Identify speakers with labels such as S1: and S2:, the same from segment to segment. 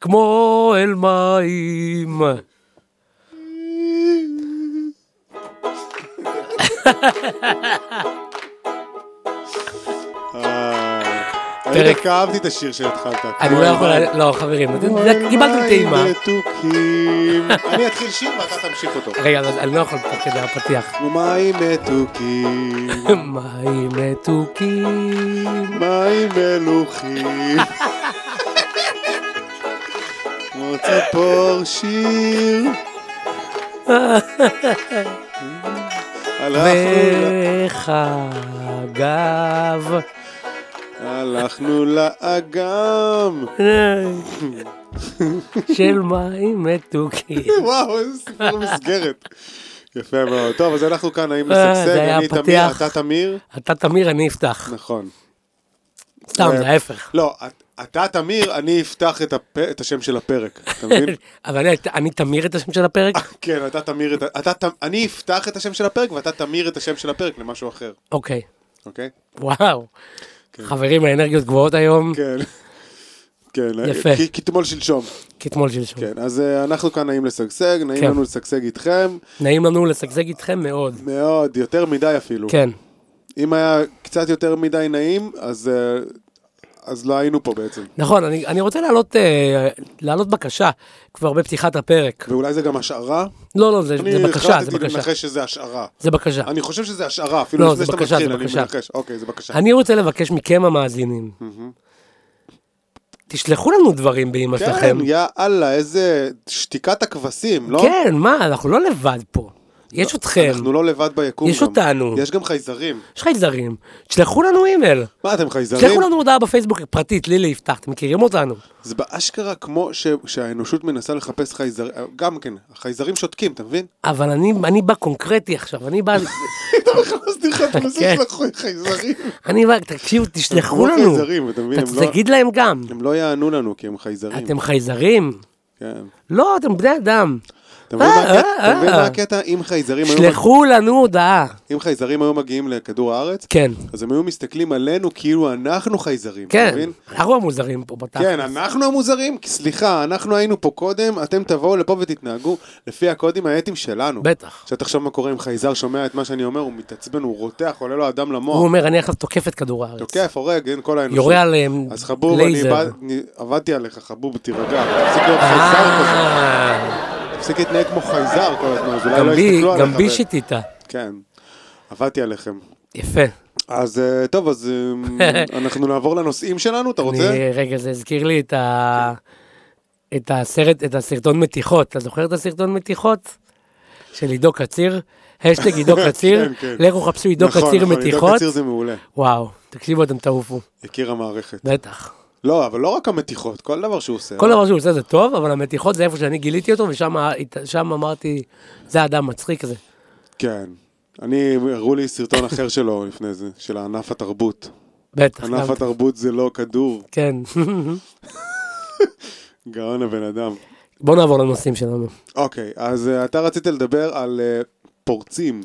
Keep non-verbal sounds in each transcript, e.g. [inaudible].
S1: כמו אל מים.
S2: אה, אני
S1: פרק-
S2: דווקא אהבתי את השיר שהתחלת.
S1: אני לא יכול, לא חברים, אתם- קיבלתם טעימה.
S2: מתוקים. אני אתחיל שיר ואתה תמשיך אותו.
S1: רגע, אבל אני לא יכול תוך כדי הפתיח.
S2: כמו מים מתוקים,
S1: מים מתוקים.
S2: מים מלוכים. כמו ציפור שיר. הלכנו ל-
S1: וחגב.
S2: הלכנו לאגם.
S1: של מים מתוקים.
S2: וואו, איזה סיפור מסגרת. יפה מאוד. טוב, אז אנחנו כאן, האם
S1: אה,
S2: משגשג,
S1: זה היה
S2: אני תמיר,
S1: הפתיח.
S2: אתה תמיר?
S1: אתה תמיר, אני אפתח.
S2: נכון.
S1: סתם,
S2: אה,
S1: זה ההפך.
S2: לא, את- אתה תמיר, אני אפתח את הפ- את השם של הפרק, אתה מבין?
S1: [laughs] אבל אני- אני תמיר את השם של הפרק?
S2: כן, אתה תמיר את ה... אתה ת- אני אפתח את השם של הפרק ואתה תמיר את השם של הפרק למשהו אחר,
S1: אוקיי.
S2: אוקיי?
S1: וואו. חברים, האנרגיות גבוהות היום,
S2: כן. כן,
S1: יפה.
S2: כ- כתמול שלשום.
S1: כתמול שלשום.
S2: כן, אז אה, אנחנו כאן נעים לשגשג, נעים
S1: כן.
S2: לנו לשגשג איתכם,
S1: נעים לנו לשגשג איתכם מאוד.
S2: מאוד, יותר מדי אפילו.
S1: כן.
S2: אם היה קצת יותר מדי נעים, אז, אה, אז לא היינו פה בעצם.
S1: נכון, אני, אני רוצה להעלות, אה, להעלות בקשה כבר בפתיחת הפרק.
S2: ואולי זה גם השערה?
S1: לא, לא, זה, זה בקשה, זה
S2: אני החלטתי
S1: בקשה.
S2: לנחש שזה השערה.
S1: זה בקשה. אני...
S2: אני חושב שזה השערה, אפילו
S1: לא,
S2: לפני
S1: זה
S2: שאתה
S1: בקשה,
S2: מתחיל,
S1: זה
S2: אני
S1: בקשה.
S2: מנחש. אוקיי, זה בקשה.
S1: אני רוצה לבקש מכם המאזינים, תשלחו לנו דברים באמא
S2: כן,
S1: שלכם.
S2: יאללה, איזה שתיקת הכבשים, לא?
S1: כן, מה, אנחנו לא לבד פה. יש אתכם,
S2: אנחנו לא לבד ביקום
S1: יש
S2: גם.
S1: אותנו.
S2: יש גם חייזרים.
S1: יש חייזרים, תשלחו לנו אימייל.
S2: מה, אתם חייזרים?
S1: תשלחו לנו הודעה בפייסבוק פרטית, לילי יפתח, אתם מכירים אותנו.
S2: זה באשכרה כמו ש- שהאנושות מנסה לחפש חייזרים, גם כן, החייזרים שותקים, אתה מבין? [laughs]
S1: אבל אני, אני בא קונקרטי עכשיו, אני בא,
S2: אתה מחפש לך את הנושא
S1: כן.
S2: של
S1: [laughs]
S2: החייזרים.
S1: אני בא, תקשיבו, תשלחו
S2: הם כמו
S1: לנו.
S2: לא חייזרים, אתה מבין, הם לא-
S1: תגיד להם גם.
S2: הם לא יענו לנו כי הם חייזרים.
S1: אתם חייזרים?
S2: כן.
S1: לא, אתם בני אדם.
S2: אתה מבין מה
S1: אה,
S2: הקטע-
S1: אה,
S2: אתה מבין
S1: אה.
S2: מה הקטע? אם חייזרים היו
S1: שלחו לנו הודעה.
S2: אם חייזרים היו מגיעים לכדור הארץ,
S1: כן,
S2: אז הם היו מסתכלים עלינו כאילו אנחנו חייזרים, אתה
S1: כן.
S2: מבין?
S1: אנחנו המוזרים פה בתחת.
S2: כן, אנחנו המוזרים? סליחה, אנחנו היינו פה קודם, אתם תבואו לפה ותתנהגו לפי הקודים האתיים שלנו.
S1: בטח.
S2: עכשיו תחשוב מה קורה אם חייזר שומע את מה שאני אומר, הוא מתעצבן, הוא רותח, עולה לו הדם למוח,
S1: הוא אומר, אני עכשיו תוקף את כדור הארץ.
S2: תוקף, הורג, אין כל האנושות.
S1: יורה על אמ,
S2: אז חבוב, אני
S1: לייזר.
S2: בא- אני עבדתי עליך, חבוב, תירגע. תפסיק להיות חייזר כזה,
S1: אה,
S2: תפסיק להתנהג כמו חייזר כל הזמן, אז אולי
S1: גם
S2: לא
S1: בי,
S2: יסתכלו עליך.
S1: גם בי
S2: ו-
S1: שיטית.
S2: כן, עבדתי עליכם.
S1: יפה.
S2: אז אה, טוב, אז
S1: [laughs]
S2: אה, אנחנו נעבור לנושאים שלנו, אתה רוצה?
S1: אני- רגע, זה הזכיר לי את ה... את הסרט, את הסרטון מתיחות. אתה זוכר את הסרטון מתיחות? של עידו
S2: [laughs]
S1: קציר? השטג עידו קציר?
S2: כן, כן.
S1: לכו חפשו עידו
S2: נכון,
S1: קציר
S2: נכון, עידו
S1: מתיחות.
S2: קציר זה מעולה,
S1: וואו, תקשיבו, אתם תעופו.
S2: יקיר המערכת.
S1: בטח.
S2: לא, אבל לא רק המתיחות, כל דבר שהוא עושה.
S1: כל דבר שהוא עושה זה טוב, אבל המתיחות זה איפה שאני גיליתי אותו, ושם שם אמרתי, זה האדם מצחיק הזה.
S2: כן. אני, הראו לי סרטון אחר שלו [laughs] לפני זה, של הענף התרבות.
S1: בטח.
S2: ענף
S1: גם-
S2: התרבות זה לא כדור,
S1: כן. [laughs]
S2: גאון הבן אדם.
S1: בואו נעבור לנושאים שלנו.
S2: אוקיי, אז אה, אתה רצית לדבר על אה, פורצים.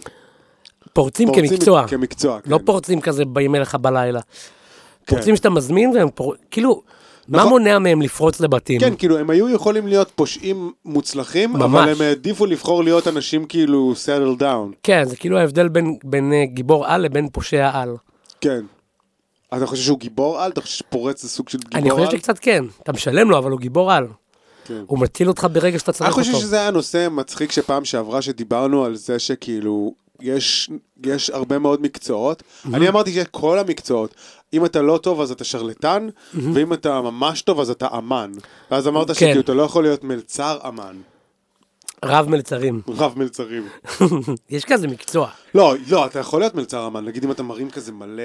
S1: פורצים
S2: פורצים
S1: כן, כמקצוע.
S2: כמקצוע, כן.
S1: לא פורצים כזה בימי לך בלילה.
S2: כן.
S1: פורצים שאתה מזמין והם פור... כאילו, מה
S2: נכון.
S1: מונע מהם לפרוץ לבתים?
S2: כן, כאילו, הם היו יכולים להיות פושעים מוצלחים, אבל
S1: ממש.
S2: הם העדיפו לבחור להיות אנשים כאילו settle down.
S1: כן, זה כאילו ההבדל בין, בין אה, גיבור על לבין פושע על.
S2: כן. אתה חושב שהוא גיבור על? אתה חושב שפורץ זה סוג של גיבור על?
S1: אני חושב שקצת כן, אתה משלם לו, אבל הוא גיבור על.
S2: כן.
S1: הוא מציל אותך ברגע שאתה
S2: אני
S1: צריך
S2: חושב
S1: אותו.
S2: שזה היה נושא מצחיק שפעם שעברה שדיברנו על זה שכאילו יש, יש הרבה מאוד מקצועות. אני אמרתי שיש כל המקצועות. אם אתה לא טוב אז אתה שרלטן, ואם אתה ממש טוב אז אתה אמן. ואז
S1: כן.
S2: אמרת שכאילו אתה לא יכול להיות מלצר אמן,
S1: רב מלצרים. [laughs]
S2: רב מלצרים.
S1: יש כזה מקצוע.
S2: לא, לא, אתה יכול להיות מלצר אמן, נגיד אם אתה מרים כזה מלא,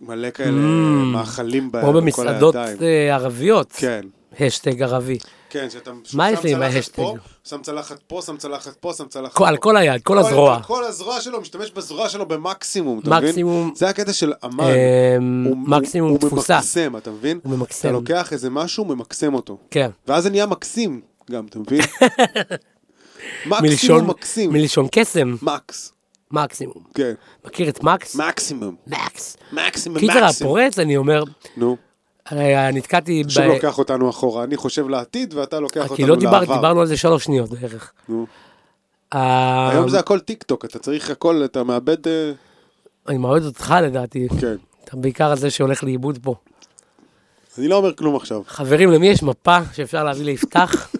S2: מלא כאלה מאכלים ב-
S1: כמו
S2: בכל
S1: במסעדות
S2: הידיים.
S1: אה, ערביות.
S2: כן.
S1: השטג ערבי.
S2: כן, שאתה שם
S1: מה יש לי עם
S2: צלחת
S1: ההשטג?
S2: פה, שם צלחת פה, שם צלחת פה, שם צלחת
S1: כל-
S2: פה.
S1: על כל היד, כל הזרוע.
S2: כל הזרוע שלו, משתמש בזרוע שלו במקסימום, אתה מבין?
S1: מקסימום-
S2: זה הקטע של אמן.
S1: אמ,
S2: הוא-
S1: מקסימום
S2: הוא-
S1: תפוסה.
S2: הוא ממקסם, אתה מבין?
S1: הוא ממקסם.
S2: אתה לוקח איזה משהו, הוא ממקסם אותו.
S1: כן.
S2: ואז זה נהיה מקסים גם, אתה
S1: [laughs]
S2: מבין? מקסימום
S1: מלשון,
S2: מקסים.
S1: מלשון קסם,
S2: מקס,
S1: מקסימום.
S2: כן.
S1: מכיר את מקס?
S2: מקסימום.
S1: מקס.
S2: מקסימום,
S1: קיצר
S2: מקסימום.
S1: הפורץ, אני אומר,
S2: נו,
S1: אה, נתקעתי ב...
S2: שוב לוקח אותנו אחורה, אני חושב לעתיד ואתה לוקח
S1: כי
S2: אותנו
S1: לא דיבר,
S2: לעבר.
S1: דיברנו על זה שלוש שניות בערך.
S2: נו.
S1: אה,
S2: היום זה הכל טיק טוק, אתה צריך הכל, אתה מאבד... אה,
S1: אני מאוהד אותך לדעתי,
S2: כן.
S1: אתה בעיקר על זה שהולך לאיבוד פה.
S2: אני לא אומר כלום עכשיו.
S1: חברים, למי יש מפה שאפשר להביא ליפתח?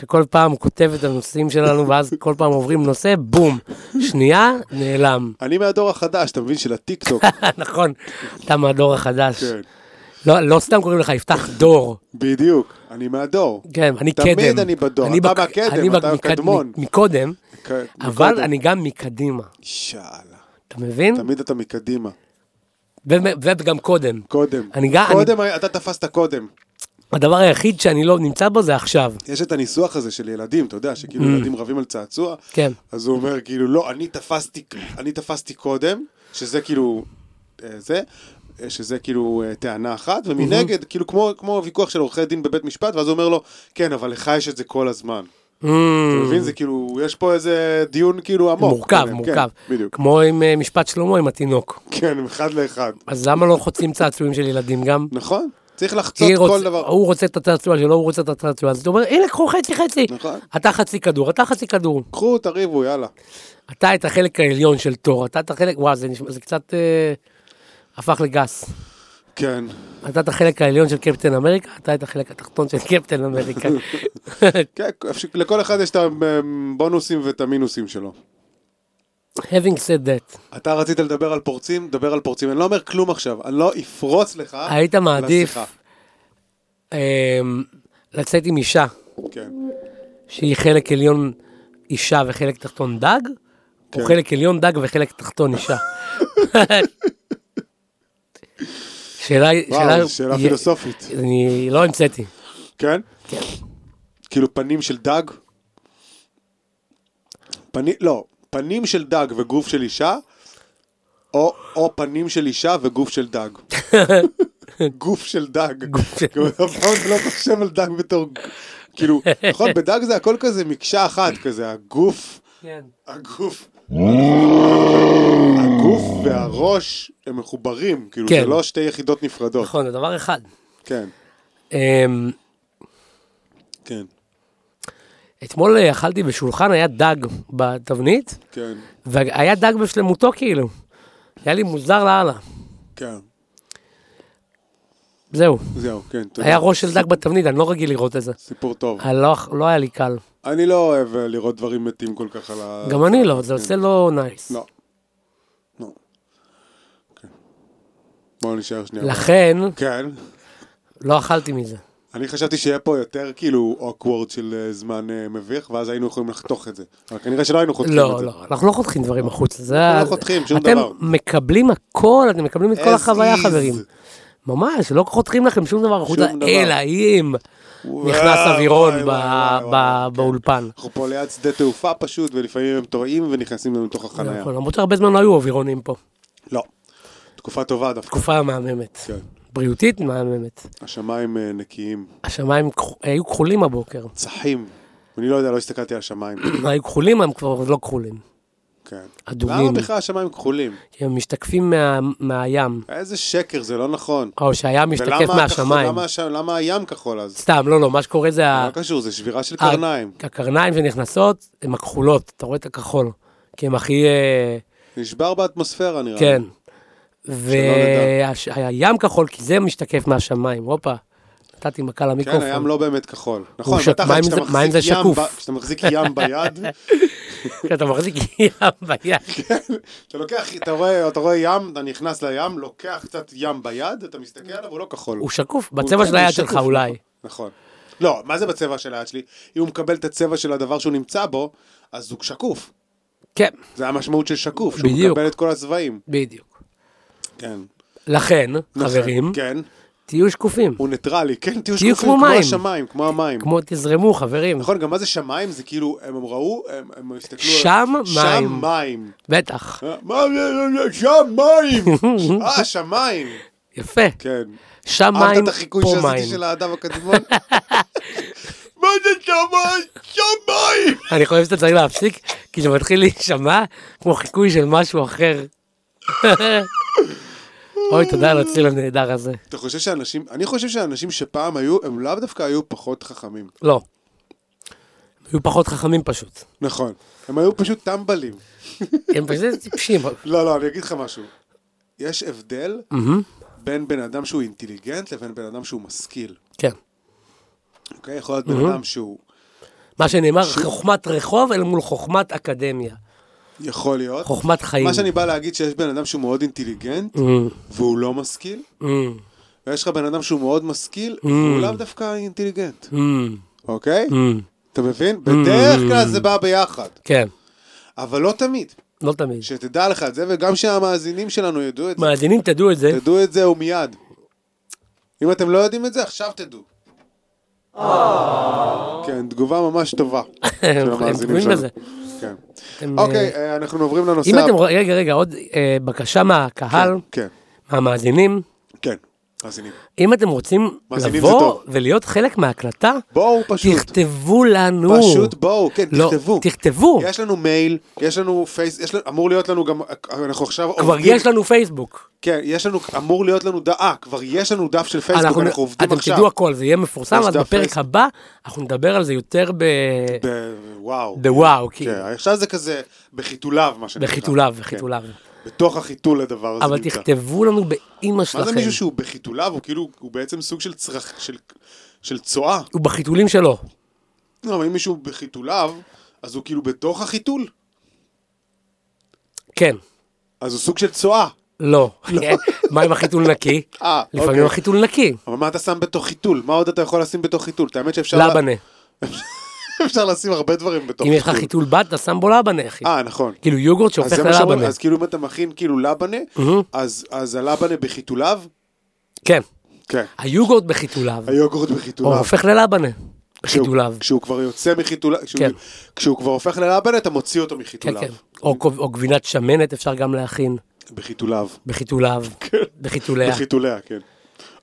S1: שכל פעם הוא כותב את הנושאים שלנו, ואז כל פעם עוברים נושא, בום. שנייה, נעלם. [laughs]
S2: אני מהדור החדש, אתה מבין? של הטיק טוק.
S1: נכון, אתה מהדור החדש.
S2: כן.
S1: לא, לא סתם קוראים לך יפתח דור.
S2: בדיוק, אני מהדור.
S1: כן, אני קדם.
S2: תמיד אני בדור, אתה
S1: בק-
S2: מהקדם,
S1: אני
S2: אתה
S1: בק-
S2: קדמון.
S1: מ- מקודם,
S2: כן,
S1: אבל
S2: מקודם.
S1: אני גם מקדימה.
S2: שאלה.
S1: אתה מבין?
S2: תמיד אתה מקדימה.
S1: ו- וגם קודם.
S2: קודם.
S1: אני גם-
S2: קודם, אתה תפסת קודם.
S1: הדבר היחיד שאני לא נמצא בו זה עכשיו.
S2: יש את הניסוח הזה של ילדים, אתה יודע, שכאילו ילדים רבים על צעצוע.
S1: Mm. כן.
S2: אז הוא אומר, כאילו, לא, אני תפסתי, אני תפסתי קודם, שזה כאילו, אה, זה, אה, שזה כאילו אה, טענה אחת,
S1: Mm-hmm.
S2: ומנגד, כאילו, כמו, כמו ויכוח של עורכי דין בבית משפט, ואז הוא אומר לו, כן, אבל לך יש את זה כל הזמן.
S1: Mm,
S2: אתה מבין? זה כאילו, יש פה איזה דיון כאילו עמוק.
S1: מורכב,
S2: ביניהם,
S1: מורכב.
S2: כן, בדיוק.
S1: כמו עם אה, משפט שלמה עם התינוק.
S2: כן, אחד לאחד.
S1: אז למה לא חוצים צעצועים של ילדים גם?
S2: נכון? צריך לחצות
S1: היא
S2: כל
S1: רוצ...
S2: דבר.
S1: הוא רוצה את הצעצוע שלו, הוא רוצה את הצעצוע, אז אתה אומר, הנה, קחו חצי חצי.
S2: נכון.
S1: אתה חצי כדור, אתה חצי כדור.
S2: קחו, תריבו, יאללה.
S1: אתה את החלק העליון של תור, אתה את החלק, וואו, זה, נשמע, זה קצת אה, הפך לגס.
S2: כן.
S1: אתה את החלק העליון של קפטן אמריקה, אתה את החלק התחתון של קפטן
S2: [laughs]
S1: אמריקה.
S2: כן, אפשר- לכל אחד יש את הבונוסים ואת המינוסים שלו.
S1: Having said that,
S2: אתה רצית לדבר על פורצים, דבר על פורצים. אני לא אומר כלום עכשיו, אני לא אפרוץ לך.
S1: היית מעדיף
S2: לשיחה.
S1: אה, לצאת עם אישה
S2: כן.
S1: שהיא חלק עליון אישה וחלק תחתון דג, או
S2: כן.
S1: חלק עליון דג וחלק תחתון אישה. [laughs] שאלה,
S2: וואו, זו שאלה
S1: י-
S2: פילוסופית.
S1: אני לא המצאתי.
S2: כן?
S1: כן.
S2: כאילו פנים של דג? פנים, לא, פנים של דג וגוף של אישה, או, או פנים של אישה וגוף של
S1: [laughs]
S2: דג. גוף של דג.
S1: גוף של-
S2: כאילו, אף פעם לא חושב על דג בתור... כאילו, נכון, בדג זה הכל כזה מקשה אחת, כזה הגוף, הגוף. הגוף והראש הם מחוברים, כאילו
S1: כן.
S2: זה לא שתי יחידות נפרדות.
S1: נכון, זה דבר אחד.
S2: כן,
S1: אמ,
S2: כן,
S1: אתמול אה, אכלתי בשולחן, היה דג בתבנית,
S2: כן,
S1: והיה דג בשלמותו כאילו. היה לי מוזר לאללה.
S2: כן.
S1: זהו,
S2: זהו, כן, תודה.
S1: היה ראש של דג בתבנית, אני לא רגיל לראות את זה.
S2: סיפור טוב.
S1: אה, לא, לא היה לי קל.
S2: אני לא אוהב אה, לראות דברים מתים כל כך על ה... כן.
S1: גם אני לא, זה עושה לא נייס.
S2: לא. לא. כן. בואו נשאר שנייה.
S1: לכן,
S2: כן.
S1: לא אכלתי מזה.
S2: אני חשבתי שיהיה פה יותר כאילו אוקוורד של אה, זמן אה, מביך, ואז היינו יכולים לחתוך את זה. אבל כנראה שלא היינו חותכים את
S1: לא,
S2: זה.
S1: לא, אנחנו לא חותכים דברים החוצה. זה
S2: אנחנו
S1: ה-
S2: לא חותכים, שום
S1: אתם
S2: דבר.
S1: מקבלים הכל, אתם מקבלים את כל
S2: As
S1: החוויה,
S2: is.
S1: חברים. ממש, לא חותכים לכם שום דבר החוצה,
S2: דבר.
S1: אלא אם
S2: וואו,
S1: נכנס
S2: וואו,
S1: אווירון
S2: וואו,
S1: ב-
S2: וואו,
S1: ב-
S2: וואו, כן.
S1: באולפן.
S2: אנחנו פה ליד שדה תעופה פשוט, ולפעמים הם טועים ונכנסים לנו לתוך החנייה.
S1: נכון, למרות שהרבה זמן לא היו אווירונים פה.
S2: לא. תקופה טובה דווקא.
S1: תקופה מהממת.
S2: כן.
S1: בריאותית מהממת.
S2: השמיים אה, נקיים,
S1: השמיים כח- היו כחולים הבוקר.
S2: צחים. אני לא יודע, לא הסתכלתי על
S1: [coughs]
S2: השמיים.
S1: היו כחולים, הם כבר לא כחולים.
S2: כן.
S1: אדומים.
S2: למה בכלל השמיים כחולים?
S1: כי הם משתקפים מה- מהים.
S2: איזה שקר, זה לא נכון.
S1: או שהים משתקף
S2: ולמה הכחול-
S1: מהשמיים.
S2: למה הש- למה הים כחול אז?
S1: סתם, לא, לא, מה שקורה זה ה-
S2: לא קשור, זה שבירה של
S1: ה-
S2: קרניים.
S1: הקרניים שנכנסות, הן הכחולות, אתה רואה את הכחול. כי הם הכי... אה,
S2: נשבר באטמוספירה נראה לי.
S1: כן.
S2: נדע.
S1: והים כחול, כי זה משתקף מהשמיים, הופה. נתתי מכה
S2: כן,
S1: למיקרופון.
S2: הים לא באמת כחול. נכון,
S1: שק-
S2: בטח,
S1: מה אם
S2: כשאתה
S1: זה- מה אם
S2: מחזיק
S1: זה
S2: ים
S1: שקוף?
S2: ב- כשאתה מחזיק ים ביד,
S1: [laughs] כן, אתה מחזיק ים ביד.
S2: אתה לוקח, אתה רואה אתה רואה ים, אתה נכנס לים, לוקח קצת ים ביד, אתה מסתכל עליו, הוא לא כחול.
S1: הוא שקוף,
S2: הוא-
S1: בצבע
S2: כן,
S1: של היד
S2: הוא
S1: שלך
S2: שקוף,
S1: אולי.
S2: נכון. לא, מה זה בצבע של היד שלי? אם הוא מקבל את הצבע של הדבר שהוא נמצא בו, אז הוא שקוף.
S1: כן,
S2: זה המשמעות של שקוף, שהוא
S1: בדיוק.
S2: מקבל את כל הצבעים.
S1: בדיוק.
S2: כן.
S1: לכן, חברים,
S2: כן.
S1: תהיו שקופים.
S2: הוא ניטרלי, כן, תהיו
S1: תהיו
S2: שקופים,
S1: כמו
S2: כמו
S1: מים.
S2: השמיים, כמו המים.
S1: כמו תזרמו, חברים.
S2: נכון, גם מה זה שמיים? זה כאילו, הם ראו, הם, הם הסתכלו... על-
S1: שם מים.
S2: שם מים.
S1: בטח.
S2: אה, מה זה, זה, שם
S1: [laughs]
S2: מים! אה, שמיים!
S1: יפה.
S2: כן.
S1: שם מים,
S2: אהבת את החיקוי
S1: פה
S2: שעשיתי
S1: מים.
S2: של האדם הקדמון? [laughs] מה זה שמיים? שמיים!
S1: אני חושב שאתה צריך להפסיק, כי זה מתחיל להישמע כמו חיקוי של משהו אחר. אוי, תודה על הצליל הנהדר הזה.
S2: אתה חושב שאנשים, אני חושב שאנשים שפעם היו, הם לאו דווקא היו פחות חכמים.
S1: לא. היו פחות חכמים פשוט.
S2: נכון. הם היו פשוט טמבלים.
S1: הם פשוט טיפשים.
S2: לא, לא, אני אגיד לך משהו. יש הבדל
S1: מהמם.
S2: בין בן אדם שהוא אינטליגנט לבין בן אדם שהוא משכיל.
S1: כן.
S2: אוקיי? יכול להיות בן אדם שהוא...
S1: מה שנאמר, חוכמת רחוב אל מול חוכמת אקדמיה.
S2: יכול להיות.
S1: חוכמת חיים.
S2: מה שאני בא להגיד שיש בן אדם שהוא מאוד אינטליגנט, והוא לא משכיל,
S1: אמ,
S2: ויש לך בן אדם שהוא מאוד משכיל, והוא לאו דווקא אינטליגנט.
S1: אמ,
S2: אוקיי?
S1: אמ.
S2: אתה מבין? בדרך כלל
S1: Mm.
S2: זה בא ביחד.
S1: כן,
S2: אבל לא תמיד.
S1: לא תמיד.
S2: שתדע לך את זה, וגם שהמאזינים שלנו ידעו את זה.
S1: מאזינים, תדעו את זה.
S2: תדעו את זה ומיד. אם אתם לא יודעים את זה, עכשיו תדעו.
S1: אה.
S2: כן, תגובה ממש
S1: [laughs]
S2: טובה
S1: הם
S2: של המאזינים
S1: קוראים
S2: שלנו.
S1: לזה.
S2: כן.
S1: אתם,
S2: אוקיי,
S1: אה,
S2: אה, אנחנו עוברים לנושא...
S1: אם
S2: ה-
S1: אתם רואים, רגע, רגע, עוד אה, בקשה מהקהל,
S2: כן,
S1: מהמאזינים,
S2: כן, מאזינים.
S1: אם אתם רוצים
S2: מאזינים זה
S1: לבוא
S2: טוב.
S1: ולהיות חלק מההקלטה,
S2: בואו פשוט.
S1: תכתבו לנו.
S2: פשוט בואו, כן,
S1: לא,
S2: תכתבו.
S1: תכתבו.
S2: יש לנו מייל, יש לנו פייס, יש לנו, אמור להיות לנו גם, אנחנו עכשיו
S1: כבר
S2: עובדים,
S1: יש לנו פייסבוק.
S2: כן, יש לנו, אמור להיות לנו, דעה, אה, כבר יש לנו דף של פייסבוק, אנחנו, עובדים
S1: אתם
S2: עכשיו.
S1: תדעו הכל, זה יהיה מפורסם,
S2: יש
S1: אז
S2: דף
S1: בפרק
S2: פייסבוק.
S1: הבא אנחנו נדבר על זה יותר ב...
S2: ב- וואו.
S1: בוואו, כאילו.
S2: כן, עכשיו זה כזה בחיתוליו, מה שנקרא.
S1: בחיתוליו,
S2: כן.
S1: בחיתוליו.
S2: בתוך החיתול הדבר הזה
S1: אבל
S2: נמצא.
S1: תכתבו לנו באימא שלכם.
S2: מה זה מישהו שהוא בחיתוליו, הוא כאילו, הוא בעצם סוג של צרח, של, של צואה.
S1: הוא בחיתולים שלו.
S2: לא, אבל אם מישהו בחיתוליו, אז הוא כאילו בתוך החיתול.
S1: כן.
S2: אז הוא סוג של צואה.
S1: לא. [laughs] מה עם החיתול נקי?
S2: אה,
S1: לפעמים
S2: אוקיי.
S1: החיתול נקי.
S2: אבל מה אתה שם בתוך חיתול? מה עוד אתה יכול לשים בתוך חיתול? את האמת שאפשר...
S1: לבנה.
S2: [laughs] אפשר לשים הרבה דברים בתוך
S1: אם
S2: חיתול.
S1: יש לך חיתול בת, אתה שם בו לבנה, אחי.
S2: אה, נכון.
S1: כאילו יוגורט
S2: אז
S1: שהופך
S2: זה מה שאומרים,
S1: ללבנה.
S2: אז כאילו אם אתה מכין כאילו לבנה,
S1: מהמם.
S2: אז אז הלבנה בחיתוליו?
S1: כן.
S2: כן.
S1: היוגורט בחיתוליו.
S2: היוגורט
S1: הוא
S2: בחיתוליו.
S1: הופך ללבנה.
S2: כשהוא-
S1: בחיתוליו.
S2: כשהוא כבר יוצא מחיתוליו, כשהוא-
S1: כן.
S2: כשהוא כבר הופך ללבנה, אתה מוציא אותו
S1: כן,
S2: מחיתוליו.
S1: כן. או קוב- או גבינת שמנת אפשר גם להכין.
S2: בחיתוליו. [laughs]
S1: בחיתוליו.
S2: כן.
S1: בחיתוליה.
S2: בחיתוליה, כן.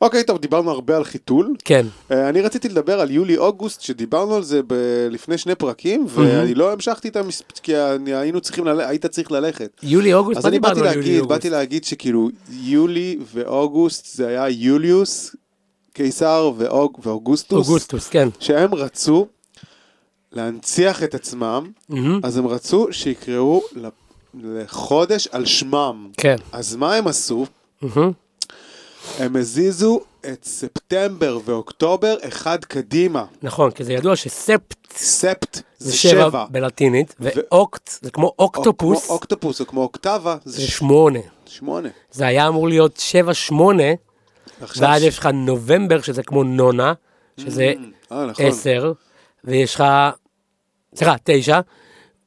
S2: אוקיי, טוב, דיברנו הרבה על חיתול.
S1: כן.
S2: אה, אני רציתי לדבר על יולי-אוגוסט, שדיברנו על זה ב- לפני שני פרקים, ואני לא המשכתי את המס... כי אני- היינו צריכים ללכת, היית צריך ללכת.
S1: יולי אוגוסט,
S2: אז
S1: מה
S2: אני באתי
S1: דיברנו על יולי
S2: להגיד,
S1: אוגוסט?
S2: באתי להגיד שכאילו יולי ואוגוסט זה היה יוליוס, קיסר ואוג, ואוגוסטוס,
S1: אוגוסטוס, כן.
S2: שהם רצו להנציח את עצמם,
S1: מהמם.
S2: אז הם רצו שיקראו ל- לחודש על שמם.
S1: כן.
S2: אז מה הם עשו?
S1: מהמם.
S2: הם הזיזו את ספטמבר ואוקטובר אחד קדימה.
S1: נכון, כי זה ידוע שספט
S2: ספט
S1: זה
S2: זה
S1: שבע
S2: שבע.
S1: בלטינית, ואוקט זה כמו
S2: או-
S1: אוקטופוס,
S2: כמו אוקטופוס או כמו אוקטבה זה
S1: זה
S2: ש-
S1: שמונה.
S2: שמונה.
S1: זה היה אמור להיות שבע שמונה,
S2: עכשיו
S1: ואז
S2: ש-
S1: יש לך נובמבר, שזה כמו נונה, שזה
S2: אה, נכון.
S1: עשר, ויש לך, סליחה, תשע,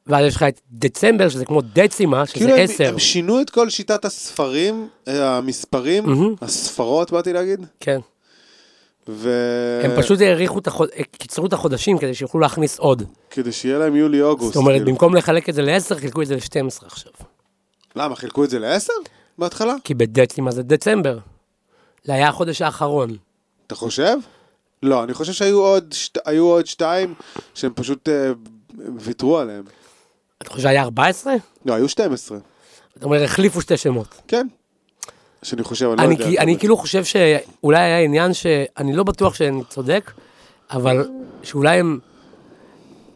S1: ואז יש לך את דצמבר, שזה כמו דצימה, שזה
S2: כאילו הם,
S1: עשר.
S2: הם שינו את כל שיטת הספרים, אה, המספרים,
S1: מהמם.
S2: הספרות באתי להגיד,
S1: כן.
S2: ו... אה,
S1: הם פשוט האריכו את החוד... קיצרו את החודשים כדי שיוכלו להכניס עוד.
S2: כדי שיהיה להם יולי-אוגוסט.
S1: זאת אומרת,
S2: כאילו.
S1: במקום לחלק את זה לעשר, חילקו את זה ל-12 עכשיו.
S2: למה, חילקו את זה לעשר בהתחלה?
S1: כי בדצימה זה דצמבר. זה היה החודש האחרון.
S2: אתה חושב? לא, אני חושב שהיו עוד, שת... היו עוד שתיים שהם פשוט אה, ויתרו עליהם.
S1: אתה חושב שהיה 14?
S2: לא, היו 12.
S1: זאת אומרת, החליפו שתי שמות.
S2: כן. שאני חושב, אני,
S1: אני,
S2: לא
S1: כי-
S2: יודע.
S1: אני כאילו חושב שאולי היה עניין שאני לא בטוח שאני צודק, אבל שאולי הם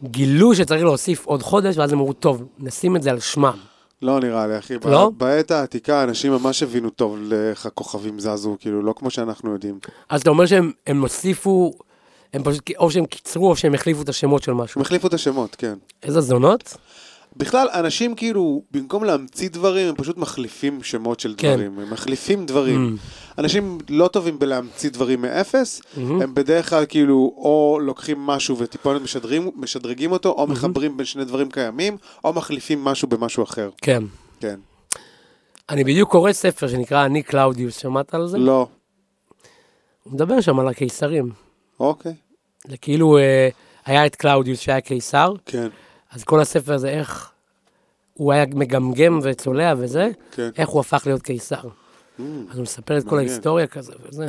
S1: גילו שצריך להוסיף עוד חודש, ואז הם אמרו, טוב, נשים את זה על שמם.
S2: לא נראה לי, אחי. ב-
S1: לא?
S2: בעת העתיקה אנשים ממש הבינו טוב לאיך הכוכבים זזו, כאילו, לא כמו שאנחנו יודעים.
S1: אז אתה אומר שהם הם הוסיפו, הם פשוט, או שהם קיצרו או שהם החליפו את השמות של משהו.
S2: הם החליפו את השמות, כן.
S1: איזה זונות?
S2: בכלל, אנשים כאילו, במקום להמציא דברים, הם פשוט מחליפים שמות של
S1: כן. Mm.
S2: דברים. הם מחליפים דברים. אנשים לא טובים בלהמציא דברים מאפס,
S1: Mm-hmm.
S2: הם בדרך כלל כאילו, או לוקחים משהו וטיפונת משדרים, משדרגים אותו,
S1: Mm-hmm.
S2: או מחברים בין שני דברים קיימים, או מחליפים משהו במשהו אחר.
S1: כן.
S2: כן.
S1: אני בדיוק קורא ספר שנקרא אני קלאודיוס, שמעת על זה?
S2: לא.
S1: הוא מדבר שם על הקיסרים.
S2: אוקיי.
S1: זה כאילו, אה, היה את קלאודיוס שהיה קיסר,
S2: כן.
S1: אז כל הספר זה איך הוא היה מגמגם וצולע וזה,
S2: כן.
S1: איך הוא הפך להיות קיסר. אז הוא מספר את כל
S2: מעניין.
S1: ההיסטוריה כזה וזה.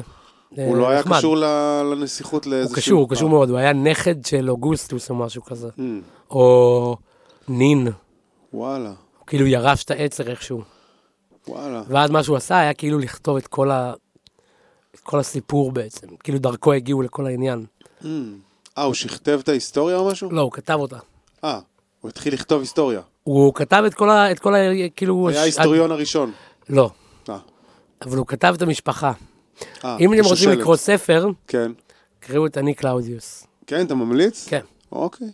S1: זה
S2: הוא לא היה
S1: אה, נחמד.
S2: קשור ל- לנסיכות לאיזשהו...
S1: הוא קשור, הוא קשור
S2: אה,
S1: מאוד, הוא היה נכד של אוגוסטוס או משהו כזה.
S2: אמ,
S1: או נין,
S2: וואלה.
S1: הוא כאילו ירש את העצר איכשהו.
S2: וואלה.
S1: ואז מה שהוא עשה היה כאילו לכתוב את כל, ה... את כל הסיפור בעצם, כאילו דרכו הגיעו לכל העניין.
S2: Mm. אה, הוא שכתב את ההיסטוריה או משהו?
S1: לא, הוא כתב אותה.
S2: אה, הוא התחיל לכתוב היסטוריה.
S1: הוא כתב את כל ה... את כל ה... כאילו...
S2: היה ההיסטוריון הראשון.
S1: לא,
S2: אה,
S1: אבל הוא כתב את המשפחה.
S2: אה,
S1: אם אתם רוצים
S2: השושלת.
S1: לקרוא ספר,
S2: כן.
S1: קראו את אני קלאודיוס.
S2: כן, אתה ממליץ?
S1: כן.
S2: אוקיי.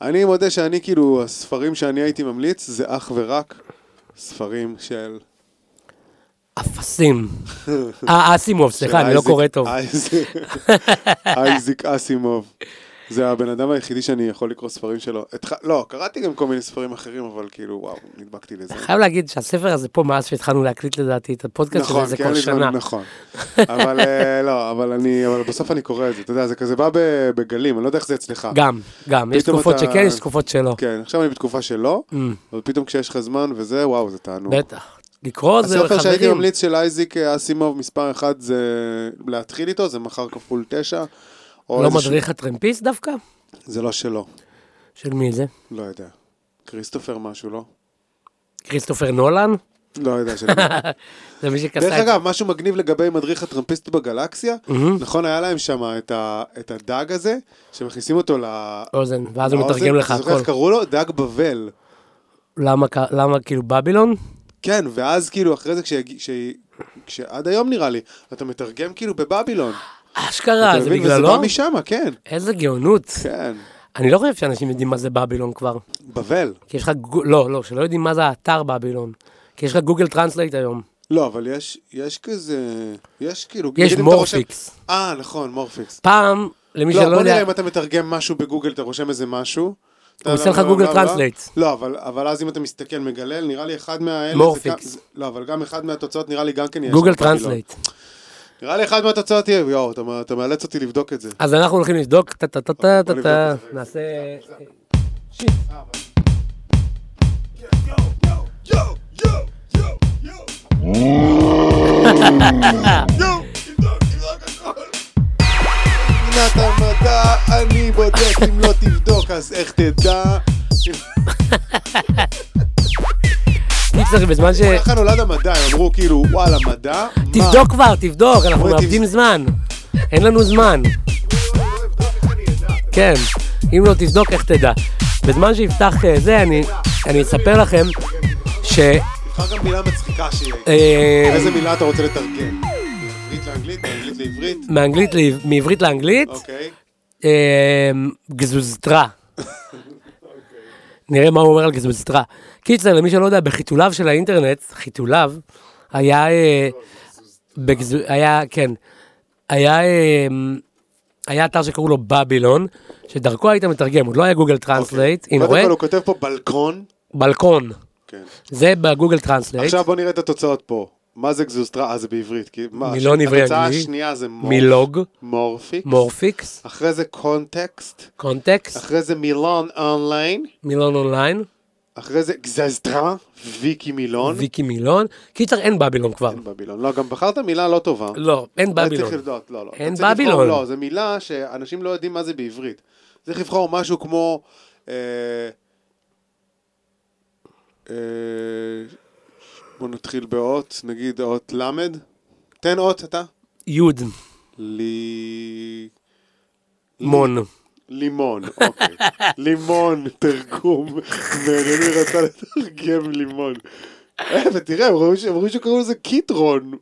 S2: אני מודה שאני, כאילו, הספרים שאני הייתי ממליץ זה אך ורק ספרים של...
S1: אפסים. אה, אסימוב, סליחה,
S2: של
S1: אני לא
S2: אייזיק-
S1: קורא טוב.
S2: אייזיק-
S1: [laughs]
S2: אייזיק אסימוב. זה הבן אדם היחידי שאני יכול לקרוא ספרים שלו. התח- לא, קראתי גם כל מיני ספרים אחרים, אבל כאילו, וואו,
S1: [laughs]
S2: נדבקתי לזה.
S1: חייב להגיד שהספר הזה פה, מאז שהתחלנו להקליט לדעתי את הפודקאסט של
S2: נכון,
S1: זה
S2: כי אין
S1: כבר
S2: לי
S1: שנה.
S2: זמן,
S1: [laughs]
S2: נכון. אבל אה, לא, אבל אני, אבל בסוף אני קורא את זה, אתה יודע, זה כזה בא ב- בגלים, אני לא יודע איך זה אצלך.
S1: גם, גם, יש
S2: פתאום
S1: תקופות
S2: אתה-
S1: שכן, יש תקופות שלא.
S2: כן, עכשיו אני בתקופה שלא,
S1: Mm.
S2: אבל פתאום כשיש לך זמן וזה, וואו, זה תענוג.
S1: בטח. לקרוא זה
S2: נכון. הספר שהייתי
S1: חברים.
S2: ממליץ של אייזיק אה, אסימוב מספר אחד זה להתחיל איתו, זה מחר כפול תשע. או
S1: לא
S2: איזשהו-
S1: מדריך הטרמפיסט דווקא?
S2: זה לא שלו,
S1: של מי זה?
S2: לא יודע. כריסטופר משהו, לא?
S1: כריסטופר נולן?
S2: לא
S1: [laughs]
S2: יודע שלא.
S1: זה מי שכסה...
S2: דרך
S1: את-
S2: אגב, משהו מגניב לגבי מדריך הטרמפיסט בגלקסיה, נכון, היה להם שם את ה- את הדג הזה, שמכניסים אותו ל...
S1: אוזן, ואז הוא
S2: לאוזן,
S1: מתרגם לך
S2: אתה זוכר איך
S1: הכל.
S2: קראו לו? דג בבל.
S1: למה ק- למה כאילו בבילון?
S2: כן, ואז כאילו אחרי זה, כשיג- כשיג- כשעד היום נראה לי, אתה מתרגם כאילו בבבילון.
S1: אשכרה,
S2: אתה
S1: אה, זה
S2: מבין? וזה
S1: בגללו?
S2: בא משם, כן.
S1: איזה גאונות.
S2: כן.
S1: אני לא חושב שאנשים יודעים מה זה בבילון כבר.
S2: בבל.
S1: כי יש לך... גו- לא, לא, שלא יודעים מה זה האתר בבילון. כי יש לך גוגל טרנסלייט היום.
S2: לא, אבל יש, יש כזה, יש כאילו...
S1: יש
S2: נגיד אם אתה רושם-
S1: מורפיקס.
S2: אה, נכון, מורפיקס.
S1: פעם, למי
S2: לא,
S1: שלא
S2: בוא נראה
S1: יודע...
S2: אם אתה מתרגם משהו בגוגל, אתה רושם איזה משהו. אתה
S1: עושה
S2: לא-
S1: לך
S2: לא-
S1: גוגל
S2: לא- לא.
S1: טרנסלייט.
S2: לא, אבל- אבל אז אם אתה מסתכל, מגלל, נראה לי אחד מהאלה... זה
S1: מורפיקס.
S2: גם- זה- לא, אבל גם אחד מהתוצאות נראה לי גם כן יהיה... שם
S1: גוגל
S2: בבילון.
S1: טרנסלייט.
S2: נראה לי אחד מהתוצאות יהיה, יואו, אתה מ- אתה מאלץ אותי לבדוק את זה.
S1: אז אנחנו הולכים לבדוק, טה טה טה טה טה
S2: נבדוק
S1: טה,
S2: את זה.
S1: נעשה...
S2: פינת המדע, אני בודק, אם לא תבדוק, אז איך תדע?
S1: קיצר, בזמן ש...
S2: ככה נולד המדע, הם אמרו כאילו, וואלה, מדע? מה?
S1: תבדוק כבר, תבדוק, אנחנו
S2: אוי,
S1: מאבדים
S2: תבד-
S1: זמן. אין לנו זמן. כן, אם לא תבדוק, איך תדע. בזמן שהבטחת את זה, אני- אני אספר לכם ש...
S2: תבחר גם מילה מצחיקה שיהיה.
S1: אה,
S2: איזה מילה אתה רוצה לתרגם? מעברית לאנגלית, מאנגלית לעברית?
S1: מאנגלית, לעב- מעברית לאנגלית,
S2: אוקיי.
S1: אה, גזוזתרה. נראה מה הוא אומר על גזוזתרה. קיצר, למי שלא יודע, בחיתוליו של האינטרנט, חיתוליו, היה... אה, בגזו... היה, כן. היה... אה, היה אתר שקראו לו בבילון, שדרכו היית מתרגם, עוד לא היה גוגל טרנסלייט, הנה
S2: קודם
S1: רואה?
S2: אוקיי. כל הוא כותב פה בלקון.
S1: בלקון.
S2: כן.
S1: זה בגוגל טרנסלייט,
S2: עכשיו בוא נראה את התוצאות פה. מה זה גזוסטרה? אה, זה בעברית. כי מה,
S1: מילון
S2: ש-
S1: עברי
S2: התוצאה
S1: אנגלי.
S2: השנייה זה מור-
S1: מילוג,
S2: מורפיקס.
S1: מורפיקס,
S2: אחרי זה קונטקסט.
S1: קונטקסט,
S2: אחרי זה מילון אונליין.
S1: מילון אונליין,
S2: אחרי זה גזזטרה. ויקי מילון.
S1: ויקי מילון. קיצר, אין בבילון כבר.
S2: אין בבילון. לא, גם בחרת מילה לא טובה.
S1: לא, אין
S2: אתה צריך
S1: בבילון.
S2: לבדוק, לא, לא. אתה
S1: אין
S2: צריך לבחור-
S1: בבילון.
S2: לא, זו מילה שאנשים לא יודעים מה זה בעברית. צריך לבחור משהו כמו... אה, אה, בוא נתחיל באות, נגיד אות למד. תן אות אתה.
S1: יוד,
S2: לי...
S1: מון.
S2: לימון, אוקיי. לימון, תרגום. מרמי רצה לתרגם לימון. אה, ותראה, הם ראו ש- הם ראו שקראו לזה קיטרון.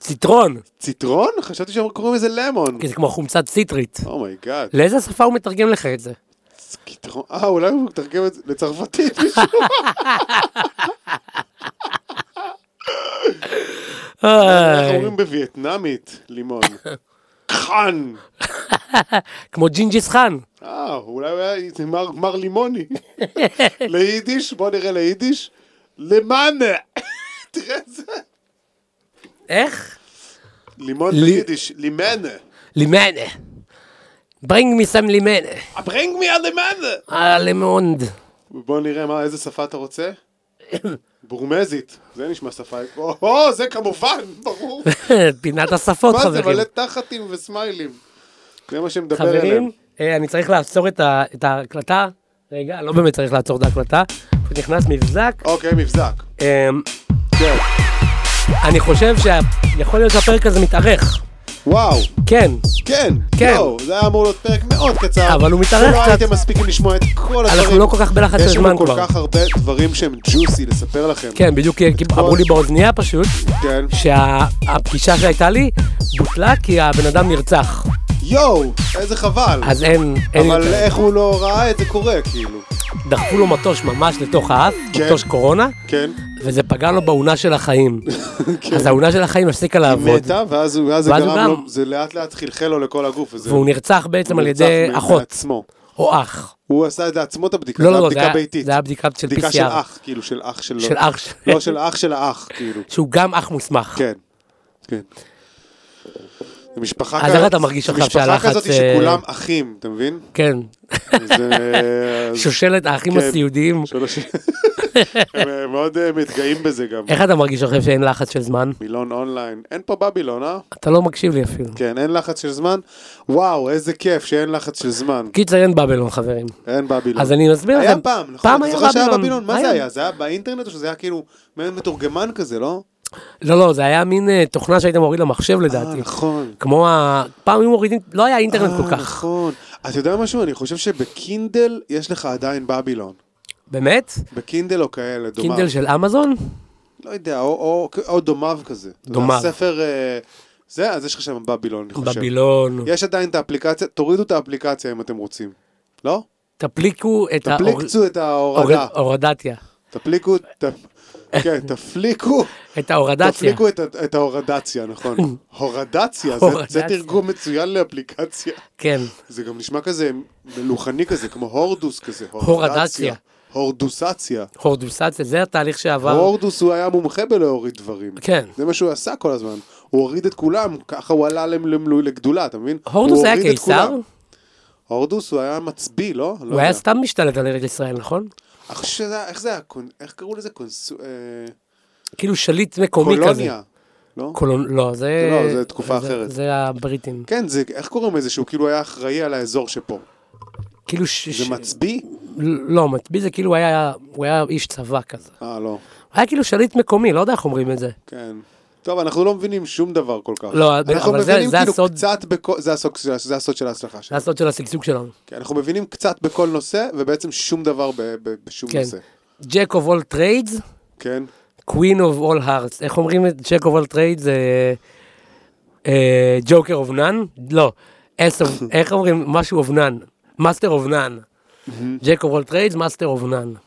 S1: ציטרון,
S2: ציטרון? חשבתי שהם קוראים לזה למון. Oh
S1: כי זה כמו חומצה ציטרית.
S2: אומייגאד.
S1: לאיזה שפה הוא מתרגם לך את זה?
S2: קיטרון. אה, אולי הוא מתרגם את זה לצרפתית משום מה. איך
S1: איי,
S2: אומרים בווייטנאמית, לימון? חאן.
S1: כמו ג'ינג'יס חאן.
S2: אה, אולי הוא היה זה מר- מר לימוני. ליידיש, בוא נראה ליידיש. למאנה. [laughs] תראה את זה.
S1: איך?
S2: לימון
S1: לי-
S2: ביידיש, לימנה.
S1: לימנה. ברינג מי סם לימנה.
S2: ברינג מי הלימנה.
S1: אה, למונד.
S2: בוא נראה מה, איזה שפה אתה
S1: [coughs]
S2: רוצה? בורמזית. זה נשמע שפה. או, או, זה כמובן, ברור.
S1: [laughs] [coughs] פינת השפות,
S2: מה זה,
S1: חברים.
S2: מלא תחתים וסמיילים. זה מה שמדבר אליהם.
S1: חברים, אה, אני צריך לעצור את ה- את ההקלטה. רגע, לא באמת צריך לעצור את ההקלטה. פשוט נכנס מבזק.
S2: אוקיי, מבזק.
S1: אמ,
S2: כן.
S1: אני חושב שיכול להיות שהפרק הזה מתארך.
S2: וואו,
S1: כן,
S2: כן,
S1: כן.
S2: לא, זה היה אמור להיות פרק מאוד קצר.
S1: אבל הוא מתארך
S2: לא
S1: קצת.
S2: הייתם מספיקים לשמוע את כל הדברים.
S1: אנחנו לא כל כך בלחץ של
S2: יש
S1: זמן
S2: לנו כל
S1: כבר.
S2: כך הרבה דברים שהם ג'וסי לספר לכם.
S1: כן, בדיוק כי אמרו לי באוזנייה פשוט,
S2: כן.
S1: שהפגישה שהייתה לי בוטלה כי הבן אדם נרצח.
S2: יואו, איזה חבל.
S1: אז אין, אין
S2: אבל
S1: יותר.
S2: איך הוא לא ראה את זה קורה, כאילו.
S1: דחפו לו מטוש ממש לתוך האף,
S2: כן.
S1: מטוש קורונה,
S2: כן.
S1: וזה פגע לו באונה של החיים. אז האונה של החיים הפסיקה לעבוד.
S2: מתה, ואז הוא- ואז זה
S1: ואז הוא
S2: גרם
S1: גם-
S2: לו, זה לאט לאט חלחל לו לכל הגוף. וזה-
S1: והוא נרצח בעצם על
S2: הוא
S1: ידי
S2: נרצח
S1: אחות,
S2: מעצמו.
S1: או אח.
S2: הוא עשה את זה עצמו את הבדיקה,
S1: לא,
S2: זה
S1: לא,
S2: היה
S1: לא, זה
S2: בדיקה
S1: היה-
S2: ביתית.
S1: זה היה בדיקה של
S2: בדיקה של
S1: PCR.
S2: אח, כאילו, של אח שלו.
S1: של אח שלו.
S2: לא, של אח של האח, כאילו.
S1: שהוא גם אח מוסמך.
S2: כן, כן. זו משפחה
S1: אז איך אתה מרגיש
S2: זו
S1: עכשיו שהלחץ,
S2: משפחה כזאת
S1: אה,
S2: שכולם אחים, אתה מבין?
S1: כן.
S2: זה...
S1: [laughs] שושלת האחים
S2: כן.
S1: הסיעודיים. [laughs]
S2: שלוש- הם אה, מאוד אה, מתגאים בזה גם.
S1: איך אתה מרגיש עכשיו שאין לחץ של זמן?
S2: מילון אונליין. אין פה בבילון, אה?
S1: אתה לא מקשיב לי אפילו.
S2: כן, אין לחץ של זמן. וואו, איזה כיף שאין לחץ של זמן.
S1: קיצר אין בבלון חברים.
S2: אין בבילון.
S1: אז אני מסביר לכם.
S2: לא. היה פעם, נכון?
S1: פעם
S2: אתה
S1: היה
S2: זוכר שהיה
S1: בבילון.
S2: בבילון? מה זה
S1: היה.
S2: היה? זה היה באינטרנט או שזה היה כאילו מעין מתורגמן כזה, לא?
S1: לא, לא, זה היה מין אה, תוכנה שהיית מוריד למחשב
S2: אה,
S1: לדעתי.
S2: נכון.
S1: כמו ה... פעם היו מורידים, לא היה אינטרנט
S2: אה,
S1: כל כך.
S2: נכון. אתה יודע משהו? אני חושב שבקינדל יש לך עדיין בבילון.
S1: באמת?
S2: בקינדל או כאלה, דומיו.
S1: קינדל של אמזון?
S2: לא יודע, או, או, או דומיו כזה.
S1: דומיו.
S2: ספר... אה, זה, אז יש לך שם בבילון, אני חושב.
S1: בבילון.
S2: יש עדיין את האפליקציה, תורידו את האפליקציה אם אתם רוצים. לא?
S1: תפליקו את האור-
S2: תפליקצו את ההורדה.
S1: הורד- הורדתיה.
S2: תפליקו... ת...
S1: אה.
S2: כן, תפליקו,
S1: את ההורדתיה.
S2: תפליקו את, ה- את ההורדציה, נכון.
S1: [laughs]
S2: הורדציה, זה, זה
S1: הורדציה.
S2: תרגום מצוין לאפליקציה.
S1: כן.
S2: זה גם נשמע כזה מלוכני כזה, כמו הורדוס כזה.
S1: הורדציה.
S2: הורדוסציה.
S1: הורדוסציה, זה התהליך שעבר.
S2: הורדוס הוא היה מומחה בלהוריד דברים.
S1: כן.
S2: זה מה שהוא עשה כל הזמן. הוא הוריד את כולם, ככה הוא עלה למ- למלואי לגדולה, אתה מבין?
S1: הורדוס
S2: הוא
S1: היה
S2: הוריד את
S1: קיסר?
S2: כולם. הורדוס הוא היה מצביא, לא? לא
S1: הוא היה
S2: יודע.
S1: סתם משתלט על ארץ ישראל, נכון?
S2: אני חושב שזה היה- איך זה היה? קונ- איך קראו לזה? קונסו... אה,
S1: כאילו שליט מקומי כזה.
S2: קולוניה. לא?
S1: קולון... לא, זה...
S2: זה לא, זה תקופה אחרת.
S1: זה הבריטים.
S2: כן, זה, איך קוראים לזה שהוא כאילו היה אחראי על האזור שפה?
S1: כאילו ש...
S2: זה
S1: ש-
S2: מצביא?
S1: לא, מצביא זה כאילו הוא היה... הוא היה איש צבא כזה.
S2: אה, לא.
S1: היה כאילו שליט מקומי, לא יודע איך אומרים את זה.
S2: כן. טוב, אנחנו לא מבינים שום דבר כל כך.
S1: לא,
S2: אנחנו
S1: אבל זה-
S2: מבינים
S1: זה
S2: כאילו
S1: הסוד- אה.
S2: קצת בכל... זה הסוד של- זה הסוד של ההצלחה
S1: זה
S2: שלנו.
S1: הסוד של השגשוג שלנו.
S2: כן, אנחנו מבינים קצת בכל נושא, ובעצם שום דבר ב- ב- בשום
S1: כן.
S2: נושא.
S1: Jack of all trades,
S2: כן?
S1: Queen of all hearts. איך אומרים את Jack of all trades? זה... אה, Joker of none? לא. Ace
S2: [laughs]
S1: of... איך אומרים? משהו of none. Master of none. Jack of all trades, Master of none.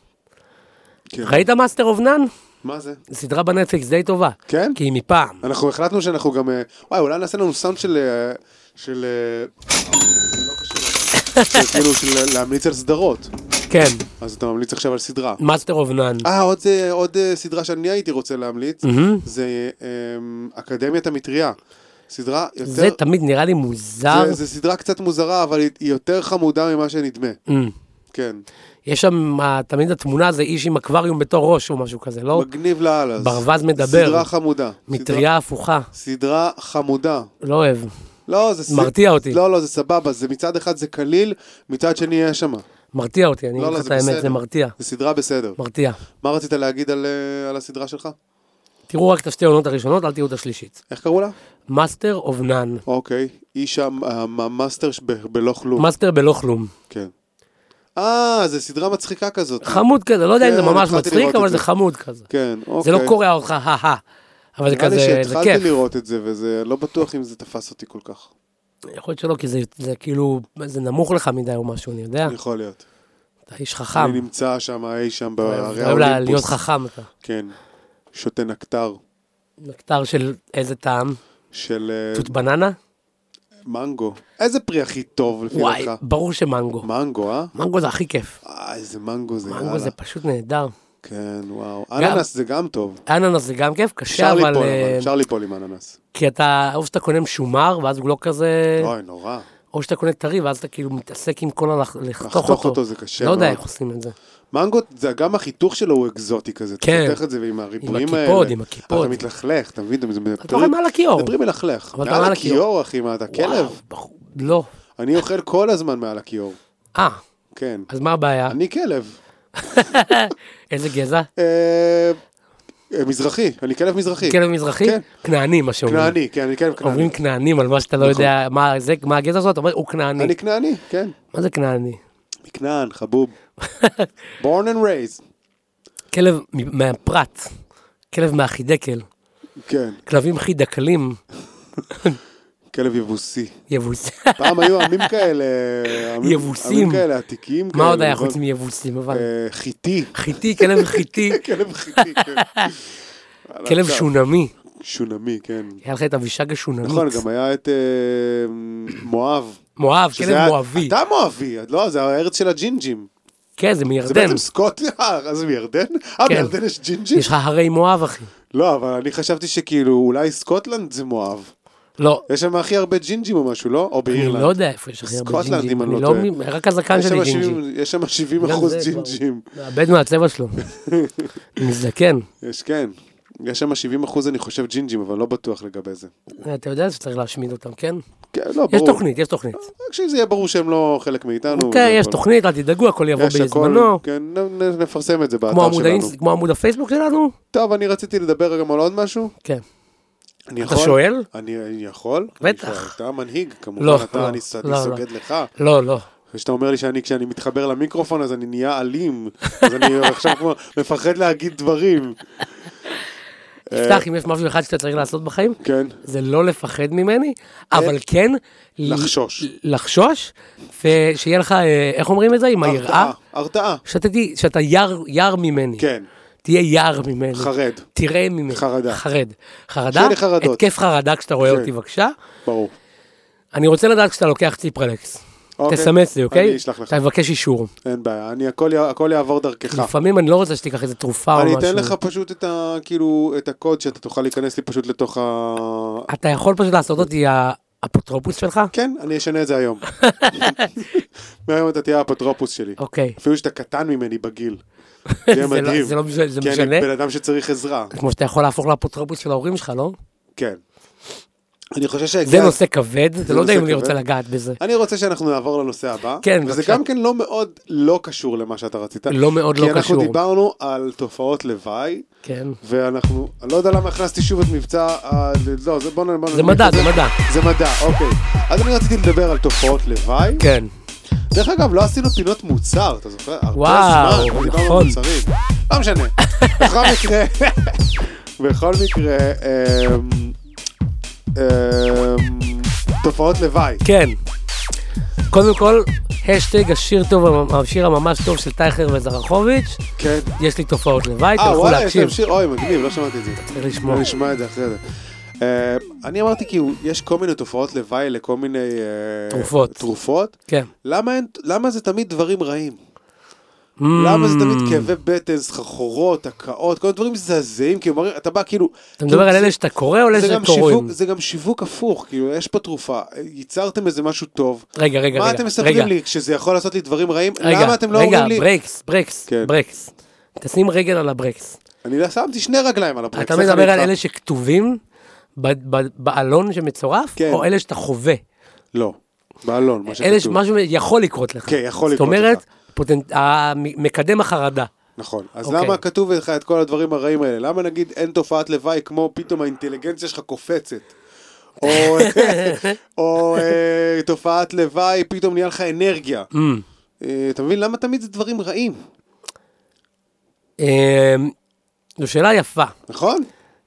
S2: כן.
S1: ראית Master of none?
S2: מה זה?
S1: סדרה בנטפליקס די טובה.
S2: כן?
S1: כי היא מפעם.
S2: אנחנו החלטנו שאנחנו גם... אה, וואי, אולי נעשה לנו סאונד של... אה, של... אה, לא קשור.
S1: [laughs]
S2: של כאילו של להמליץ על סדרות.
S1: כן,
S2: אז אתה ממליץ עכשיו על סדרה.
S1: Master of none.
S2: אה, עוד, אה, עוד אה, סדרה שאני הייתי רוצה להמליץ, זה אה, אקדמיית המטריה. סדרה יותר...
S1: זה תמיד נראה לי מוזר.
S2: זה, זה סדרה קצת מוזרה, אבל היא היא יותר חמודה ממה שנדמה.
S1: אמ.
S2: כן.
S1: יש שם אה, תמיד התמונה זה איש עם אקווריום בתור ראש או משהו כזה, לא?
S2: מגניב לאללה. אז
S1: ברווז מדבר.
S2: סדרה חמודה. סדרה,
S1: מטריה הפוכה,
S2: סדרה חמודה.
S1: לא אוהב.
S2: לא, זה... ס-
S1: מרתיע אותי.
S2: לא, לא, זה סבבה. זה מצד אחד זה קליל, מצד שני יש שמה.
S1: מרתיע אותי, אני
S2: לא,
S1: אגיד
S2: לא,
S1: לך את
S2: זה בסדר.
S1: האמת, זה מרתיע.
S2: זה סדרה בסדר.
S1: מרתיע.
S2: מה רצית להגיד על, אה, על הסדרה שלך?
S1: תראו רק את השתי עונות הראשונות, אל תראו את השלישית.
S2: איך קראו לה?
S1: מאסטר אוף נאן.
S2: אוקיי. איש המ- המ- המאסטר ש- ב- בלא כלום.
S1: מאסטר בלא כלום.
S2: כן. אה, זה סדרה מצחיקה כזאת.
S1: חמוד כזה, לא יודע אם
S2: כן,
S1: זה ממש
S2: התחלתי
S1: מצחיק,
S2: לראות
S1: אבל
S2: את
S1: זה
S2: זה.
S1: חמוד כזה.
S2: כן, אוקיי.
S1: זה לא קורע אותך, הא-הא. אבל זה
S2: נראה לי
S1: כזה, זה
S2: שהתחלתי
S1: כיף.
S2: לראות את זה, וזה לא בטוח אם זה תפס אותי כל כך.
S1: יכול להיות שלא, כי זה- זה כאילו, זה נמוך לך מדי או משהו, אני יודע.
S2: יכול להיות.
S1: אתה איש חכם.
S2: אני נמצא שם, אי שם בערי
S1: אוהב לה- להיות
S2: האולימפוס.
S1: חכם אתה.
S2: כן. שותה נקטר
S1: נקטר של איזה טעם?
S2: של אה,
S1: תות בננה?
S2: מנגו. איזה פרי הכי טוב לפי
S1: וואי,
S2: דעתך?
S1: ברור שמנגו.
S2: מנגו, אה?
S1: מנגו זה הכי כיף.
S2: אה, איזה מנגו זה,
S1: מנגו
S2: יאללה.
S1: זה פשוט נהדר.
S2: כן, וואו. אננס זה גם טוב.
S1: אננס זה גם כיף,
S2: אפשר
S1: קשה אבל...
S2: ליפול,
S1: אה,
S2: אבל אפשר ליפול עם אננס.
S1: כי אתה, או שאתה קונה משומר, ואז הוא לא כזה...
S2: אוי, נורא.
S1: או שאתה קונה טרי, ואז אתה כאילו מתעסק עם כל ה... לחתוך
S2: לחתוך
S1: אותו.
S2: אותו זה קשה
S1: לא יודע
S2: מאוד.
S1: איך עושים את זה.
S2: מנגו, זה גם החיתוך שלו הוא אקזוטי כזה.
S1: כן.
S2: אתה חותך את זה עם הריבועים האלה.
S1: הקיפוד, עם הקיפוד.
S2: אתה מתלכלך, אתה מבין? זה
S1: אתה אוכל מעל הכיור.
S2: זה פרי מלכלך.
S1: אבל אתה
S2: מעל
S1: מעל הכיור.
S2: הכיור, אחי, מה אתה
S1: וואו,
S2: כלב?
S1: בחור- לא.
S2: אני אוכל כל הזמן מעל הכיור.
S1: אה,
S2: כן.
S1: אז מה הבעיה?
S2: אני כלב.
S1: איזה גזע?
S2: אה, אה, מזרחי, אני כלב מזרחי.
S1: כלב מזרחי?
S2: כן.
S1: כנעני, מה שאומרים.
S2: כנעני, כן, אני כלב כנעני.
S1: אומרים כנענים על מה שאתה לא יודע, מה זה, מה הגזע הזאת, אתה אומר, הוא כנעני.
S2: נכון. אני כנעני, כן.
S1: מה זה כנעני?
S2: מכנען,
S1: [laughs]
S2: חבוב. born and raised.
S1: כלב מ- מהפרת, כלב מהחידקל,
S2: כן,
S1: כלבים חידקלים,
S2: כלב יבוסי.
S1: יבוסים. [laughs]
S2: פעם היו עמים כאלה... אה, עמים-
S1: יבוסים.
S2: עמים כאלה עתיקים.
S1: מה
S2: כאלה,
S1: עוד היה
S2: נכון?
S1: חוץ מיבוסים, אבל?
S2: אה,
S1: [laughs]
S2: חיטי.
S1: חיטי, כלב
S2: [laughs]
S1: חיטי,
S2: כלב חיטי, כן. וואלה,
S1: [laughs] כלב
S2: עכשיו,
S1: שונמי.
S2: שונמי, כן.
S1: היה לך את אבישג השונמית.
S2: נכון, גם היה את אה, מואב.
S1: מואב,
S2: שזה
S1: כלב
S2: היה-
S1: מואבי.
S2: אתה מואבי, את לא, זה הארץ של הג'ינג'ים.
S1: כן, זה
S2: זה
S1: מירדן.
S2: בעצם סקוטיה, אז מירדן? אה,
S1: כן.
S2: בירדן יש ג'ינג'ים?
S1: יש לך הרי מואב, אחי.
S2: לא, אבל אני חשבתי שכאילו, אולי סקוטלנד זה מואב.
S1: לא,
S2: יש שם הכי הרבה ג'ינג'ים או משהו, לא? או
S1: אני
S2: באירלנד.
S1: לא יודע איפה יש הכי הרבה
S2: סקוטלנד,
S1: ג'ינג'ים.
S2: אם אני
S1: אני
S2: לא
S1: לא
S2: טועה.
S1: מ- רק הזקן
S2: יש
S1: שלי
S2: שם
S1: ג'ינג'י.
S2: 70 יש שם 70
S1: גם
S2: אחוז
S1: לא, זה כבר-
S2: ג'ינג'ים.
S1: מאבד מהצבע שלו. [laughs] מזדקן.
S2: יש, כן. יש שם 70 אחוז, אני חושב, ג'ינג'ים, אבל לא בטוח לגבי זה.
S1: אתה יודע שצריך להשמיד אותם, כן?
S2: כן, לא, ברור.
S1: יש תוכנית, יש תוכנית.
S2: רק שזה יהיה ברור שהם לא חלק מאיתנו.
S1: כן,
S2: זה
S1: יש
S2: הכל.
S1: תוכנית, אל תדאגו, הכל יבוא
S2: יש הכל,
S1: בזמנו.
S2: כן, נ- נ- נפרסם את זה
S1: כמו
S2: באתר
S1: עמוד
S2: שלנו.
S1: האינס- כמו עמוד הפייסבוק שלנו?
S2: טוב, אני רציתי לדבר גם על עוד משהו.
S1: כן.
S2: אני
S1: אתה
S2: יכול?
S1: שואל?
S2: אני אני יכול?
S1: בטח.
S2: אני כבר- אתה מנהיג,
S1: לא,
S2: כמובן,
S1: לא,
S2: אתה, אני ס- אני
S1: לא, לא.
S2: סוגד לך.
S1: לא, לא.
S2: אחרי שאתה אומר לי שאני, כשאני מתחבר למיקרופון, אז אני נהיה אלים. אז אני עכשיו כבר מפחד להגיד דברים.
S1: תפתח, אם יש משהו אחד שאתה צריך לעשות בחיים,
S2: כן.
S1: זה לא לפחד ממני, אבל כן... ל-
S2: אה, לחשוש.
S1: לחשוש, ושיהיה לך, אה, איך אומרים את זה? עם היראה?
S2: הרתעה. הרתעה.
S1: שאתה ת- שאתה יער יער ממני.
S2: כן.
S1: תהיה יער ממני.
S2: חרד.
S1: תראה ממני.
S2: חרדה.
S1: חרד. חרדה?
S2: שיהיה לי חרדות.
S1: התקף חרדה כשאתה רואה
S2: כן.
S1: אותי, בבקשה.
S2: ברור.
S1: אני רוצה לדעת כשאתה לוקח ציפרלקס.
S2: אוקיי.
S1: תסמס לי, אוקיי?
S2: אני אשלח לך.
S1: אתה מבקש אישור.
S2: אין בעיה. אני, הכל י- הכל יעבור דרכך.
S1: לפעמים אני לא רוצה שתיקח איזה תרופה או
S2: אני
S1: משהו.
S2: אתן לך פשוט את ה... כאילו, את הקוד שאתה תוכל להיכנס לי פשוט לתוך ה...
S1: אתה יכול פשוט לעשות אותי האפוטרופוס שלך?
S2: כן, אני אשנה את זה
S1: [laughs]
S2: היום. מהיום אתה תהיה האפוטרופוס שלי.
S1: אוקיי.
S2: אפילו שאתה קטן ממני בגיל. זה
S1: [laughs]
S2: יהיה
S1: זה לא-
S2: מדהים.
S1: זה לא משנה- זה
S2: כי
S1: משנה?
S2: אני בן אדם שצריך עזרה.
S1: כמו שאתה יכול להפוך לאפוטרופוס של ההורים שלך, לא?
S2: כן. אני חושב שהגיע...
S1: זה נושא כבד, זה לא יודע
S2: נושא
S1: אם אני רוצה
S2: כבד.
S1: לגעת בזה.
S2: אני רוצה שאנחנו נעבור לנושא הבא.
S1: כן,
S2: וזה
S1: בבקשה.
S2: גם כן לא מאוד לא קשור למה שאתה רצית.
S1: לא מאוד לא
S2: כי אנחנו
S1: קשור.
S2: דיברנו על תופעות לוואי,
S1: כן.
S2: ואנחנו... אני לא יודע למה הכנסתי שוב את מבצע... ה- לא, זה בוא נ... בוא נ-
S1: זה מדע, זה מדע.
S2: זה מדע, אוקיי. אז אני רציתי לדבר על תופעות לוואי.
S1: כן.
S2: דרך אגב, לא עשינו פינות מוצר, אתה זוכר? הרבה
S1: וואו,
S2: זמן, דיברנו
S1: נכון.
S2: על מוצרים. לא משנה.
S1: [laughs]
S2: בכל מקרה, בכל מקרה, אמ, אמ, תופעות לוואי.
S1: כן. קודם כל, השטג השיר טוב, השיר הממש טוב של טייכר וזרחוביץ',
S2: כן.
S1: יש לי תופעות לוואי,
S2: אה,
S1: תלכו
S2: וואלה, יש
S1: להקשיב.
S2: להם שיר, אוי, מגניב, לא שמעתי את זה.
S1: צריך לשמוע.
S2: בוא נשמע את זה אחרי זה. אה, אני אמרתי כאילו, יש כל מיני תופעות לוואי לכל מיני... אה,
S1: תרופות.
S2: תרופות.
S1: כן.
S2: למה אין- למה זה תמיד דברים רעים?
S1: Mm.
S2: למה זה תמיד כאבי בטן, סחרחורות, הקאות, כל מיני דברים מזעזעים, כאילו, מראים- אתה בא כאילו...
S1: אתה מדבר על אלה שאתה קורא או אלה
S2: זה גם
S1: שקוראים?
S2: שיווק- זה גם שיווק הפוך, כאילו, יש פה תרופה, ייצרתם איזה משהו טוב.
S1: רגע, רגע,
S2: מה
S1: רגע.
S2: אתם מספרים
S1: רגע,
S2: לי כשזה יכול לעשות לי דברים רעים?
S1: רגע,
S2: למה אתם לא
S1: רגע,
S2: אומרים לי...
S1: ברקס, ברקס,
S2: כן.
S1: ברקס. תשים רגל על הברקס.
S2: אני לא- שמתי שני רגליים על הברקס.
S1: אתה
S2: איך אני
S1: מדבר על
S2: איתך?
S1: אלה שכתובים ב- ב- בעלון שמצורף,
S2: כן.
S1: או אלה שאתה חווה?
S2: לא, בעלון, מה
S1: אלה
S2: שכתוב.
S1: שמשהו יכול לקרות לך.
S2: כן, יכול לקרות
S1: זאת אומרת,
S2: לך.
S1: פוטנ- המ- מקדם החרדה.
S2: נכון, אז
S1: אוקיי.
S2: למה כתוב לך את כל הדברים הרעים האלה? למה נגיד אין תופעת לוואי כמו פתאום האינטליגנציה שלך קופצת?
S1: [laughs]
S2: או, או אה, תופעת לוואי, פתאום נהיה לך אנרגיה.
S1: Mm.
S2: אה, אתה מבין? למה תמיד זה דברים רעים,
S1: אמ, זו שאלה יפה,
S2: נכון?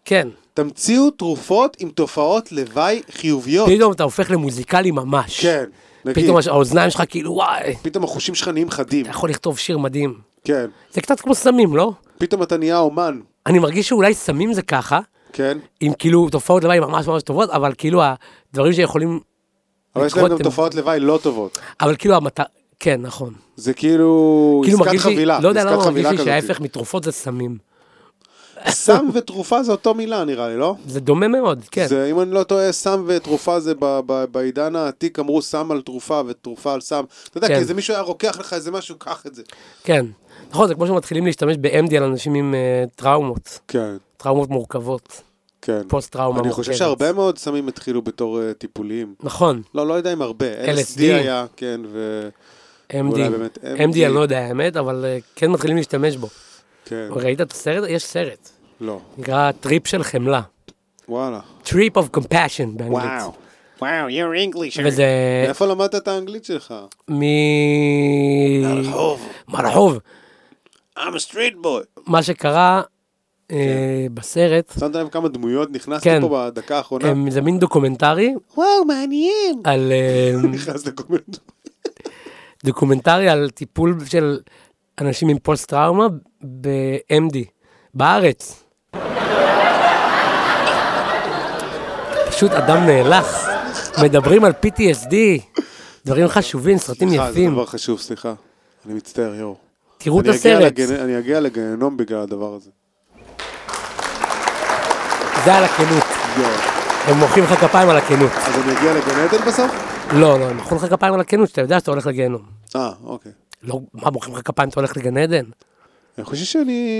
S1: כן.
S2: תמציאו תרופות עם תופעות לוואי חיוביות.
S1: פתאום אתה הופך למוזיקלי ממש.
S2: כן, נגיד.
S1: פתאום הש- נכון. האוזניים שלך כאילו, וואי,
S2: פתאום החושים שלך נהיים חדים.
S1: אתה יכול לכתוב שיר מדהים.
S2: כן.
S1: זה קצת כמו סמים, לא?
S2: פתאום אתה נהיה אומן.
S1: אני מרגיש שאולי סמים זה ככה,
S2: כן.
S1: עם כאילו תופעות לוואי ממש ממש טובות, אבל כאילו הדברים שיכולים...
S2: אבל יש להם
S1: לקרות
S2: גם
S1: הם-
S2: תופעות לוואי לא טובות.
S1: אבל כאילו המטרה... כן, נכון.
S2: זה כאילו
S1: כאילו
S2: עסקת
S1: מרגיש לי,
S2: חבילה.
S1: לא יודע
S2: עסקת
S1: למה מרגיש
S2: חבילה
S1: לי
S2: כזאת.
S1: שההפך מתרופות זה סמים.
S2: [laughs] סם ותרופה זה אותו מילה נראה לי, לא?
S1: זה דומה מאוד, כן.
S2: זה, אם אני לא טועה, סם ותרופה זה ב, ב, בעידן העתיק אמרו סם על תרופה ותרופה על סם. אתה יודע,
S1: כן.
S2: כי איזה מישהו היה רוקח לך איזה משהו, קח את זה.
S1: כן. נכון, זה כמו שמתחילים להשתמש ב-MD על אנשים עם אה, טראומות,
S2: כן,
S1: טראומות מורכבות,
S2: כן.
S1: פוסט-טראומה
S2: אני
S1: מורכבת.
S2: חושב שהרבה מאוד סמים התחילו בתור אה, טיפולים.
S1: נכון,
S2: לא, לא יודע אם הרבה. LSD
S1: LSD.
S2: היה, כן, ו...
S1: MD.
S2: אולי באמת,
S1: MD, אני לא יודע האמת, אבל אה, כן מתחילים להשתמש בו.
S2: כן.
S1: ראית את הסרט? יש סרט.
S2: לא.
S1: נקרא טריפ של חמלה.
S2: וואלה.
S1: טריפ אוף קומפשן
S2: וואו.
S1: באנגלית.
S3: Wow, you're English.
S1: וזה
S2: מאיפה למדת את האנגלית שלך?
S1: מ...
S3: הרחוב.
S1: מהרחוב.
S3: I'm a street boy.
S1: מה שקרה אה,
S2: כן.
S1: בסרט,
S2: שמת לב כמה דמויות נכנסת
S1: כן.
S2: פה בדקה האחרונה?
S1: הם- זה מין דוקומנטרי
S3: וואו, מעניין.
S1: על... אה,
S2: נכנס לכל מיני דמויות.
S1: דוקומנטרי על טיפול של אנשים עם פוסט טראומה ב-MD, בארץ. פשוט אדם נאלח, מדברים על PTSD, דברים חשובים, סרטים
S2: סליחה, זה
S1: יפים.
S2: דבר חשוב, סליחה. אני מצטער, יואו.
S1: תראו את
S2: אני אגיע
S1: הסרט,
S2: לגנ- אני אגיע לגיהנום בגלל הדבר הזה.
S1: זה על הכנות,
S2: יואו.
S1: הם מוחאים לך כפיים על הכנות.
S2: אז אני אגיע לגן עדן בסוף?
S1: לא, לא, הם מוחאים לך כפיים על הכנות, שאתה יודע שאתה הולך לגיהנום.
S2: אה, אוקיי.
S1: לא, מה, מוחאים לך כפיים, אתה הולך לגן עדן?
S2: אני חושב שאני...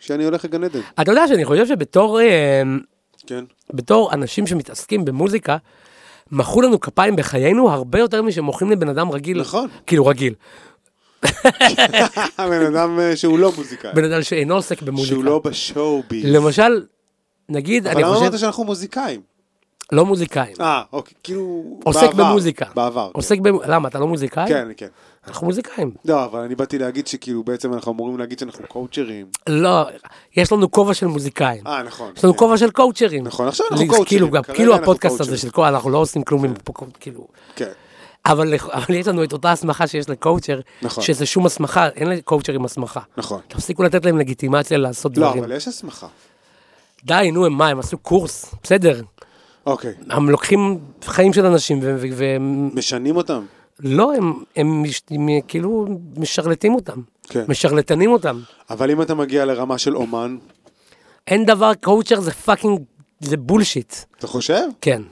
S2: שאני הולך לגן עדן.
S1: אתה יודע שאני חושב שבתור... אה,
S2: כן.
S1: בתור אנשים שמתעסקים במוזיקה, מחאו לנו כפיים בחיינו הרבה יותר משמוחאים לבן אדם רגיל.
S2: נכון. [laughs]
S1: כאילו רגיל.
S2: הבן אדם אה, שהוא לא מוזיקאי.
S1: בן אדם שאינו עוסק במוזיקה.
S2: שהוא לא בשואו ביז.
S1: למשל, נגיד,
S2: אבל
S1: אני
S2: למה אמרת
S1: חושב,
S2: שאנחנו מוזיקאים?
S1: לא מוזיקאים.
S2: אה, אוקיי, כאילו...
S1: עוסק
S2: בעבר.
S1: במוזיקה.
S2: בעבר.
S1: עוסק ב... למה, אתה לא מוזיקאי?
S2: כן, כן.
S1: אנחנו מוזיקאים.
S2: לא, אבל אני באתי להגיד שכאילו בעצם אנחנו אמורים להגיד שאנחנו קואוצ'רים.
S1: לא, יש לנו כובע של מוזיקאים.
S2: אה, נכון.
S1: יש לנו
S2: כן.
S1: כובע של קואוצ'רים.
S2: נכון, עכשיו אנחנו
S1: לי-
S2: קואוצ'רים.
S1: כאילו, גם,
S2: כרגע
S1: כאילו
S2: אנחנו
S1: הפודקאסט הזה
S2: קואוצ'רים.
S1: של קואוצ'ר, אנחנו לא עושים כלום, עם פה, כאילו...
S2: כן.
S1: אבל, אבל יש לנו את אותה הסמכה שיש לקואוצ'ר,
S2: נכון.
S1: שזה שום הסמכה, אין לקואוצ'רים הסמכה.
S2: נכון.
S1: תפסיקו לתת להם לגיטימציה לעשות
S2: לא,
S1: דברים.
S2: אבל יש הסמכה.
S1: די, נו, הם מה, הם עשו קורס, בסדר.
S2: אוקיי.
S1: הם לוקחים חיים של אנשים, ו- ו- והם...
S2: משנים אותם.
S1: לא, הם, הם, מש- הם כאילו משרלטים אותם.
S2: כן.
S1: משרלטנים אותם.
S2: אבל אם אתה מגיע לרמה של אומן,
S1: אין דבר, קואוצ'ר זה פאקינג, זה בולשיט.
S2: אתה חושב?
S1: כן.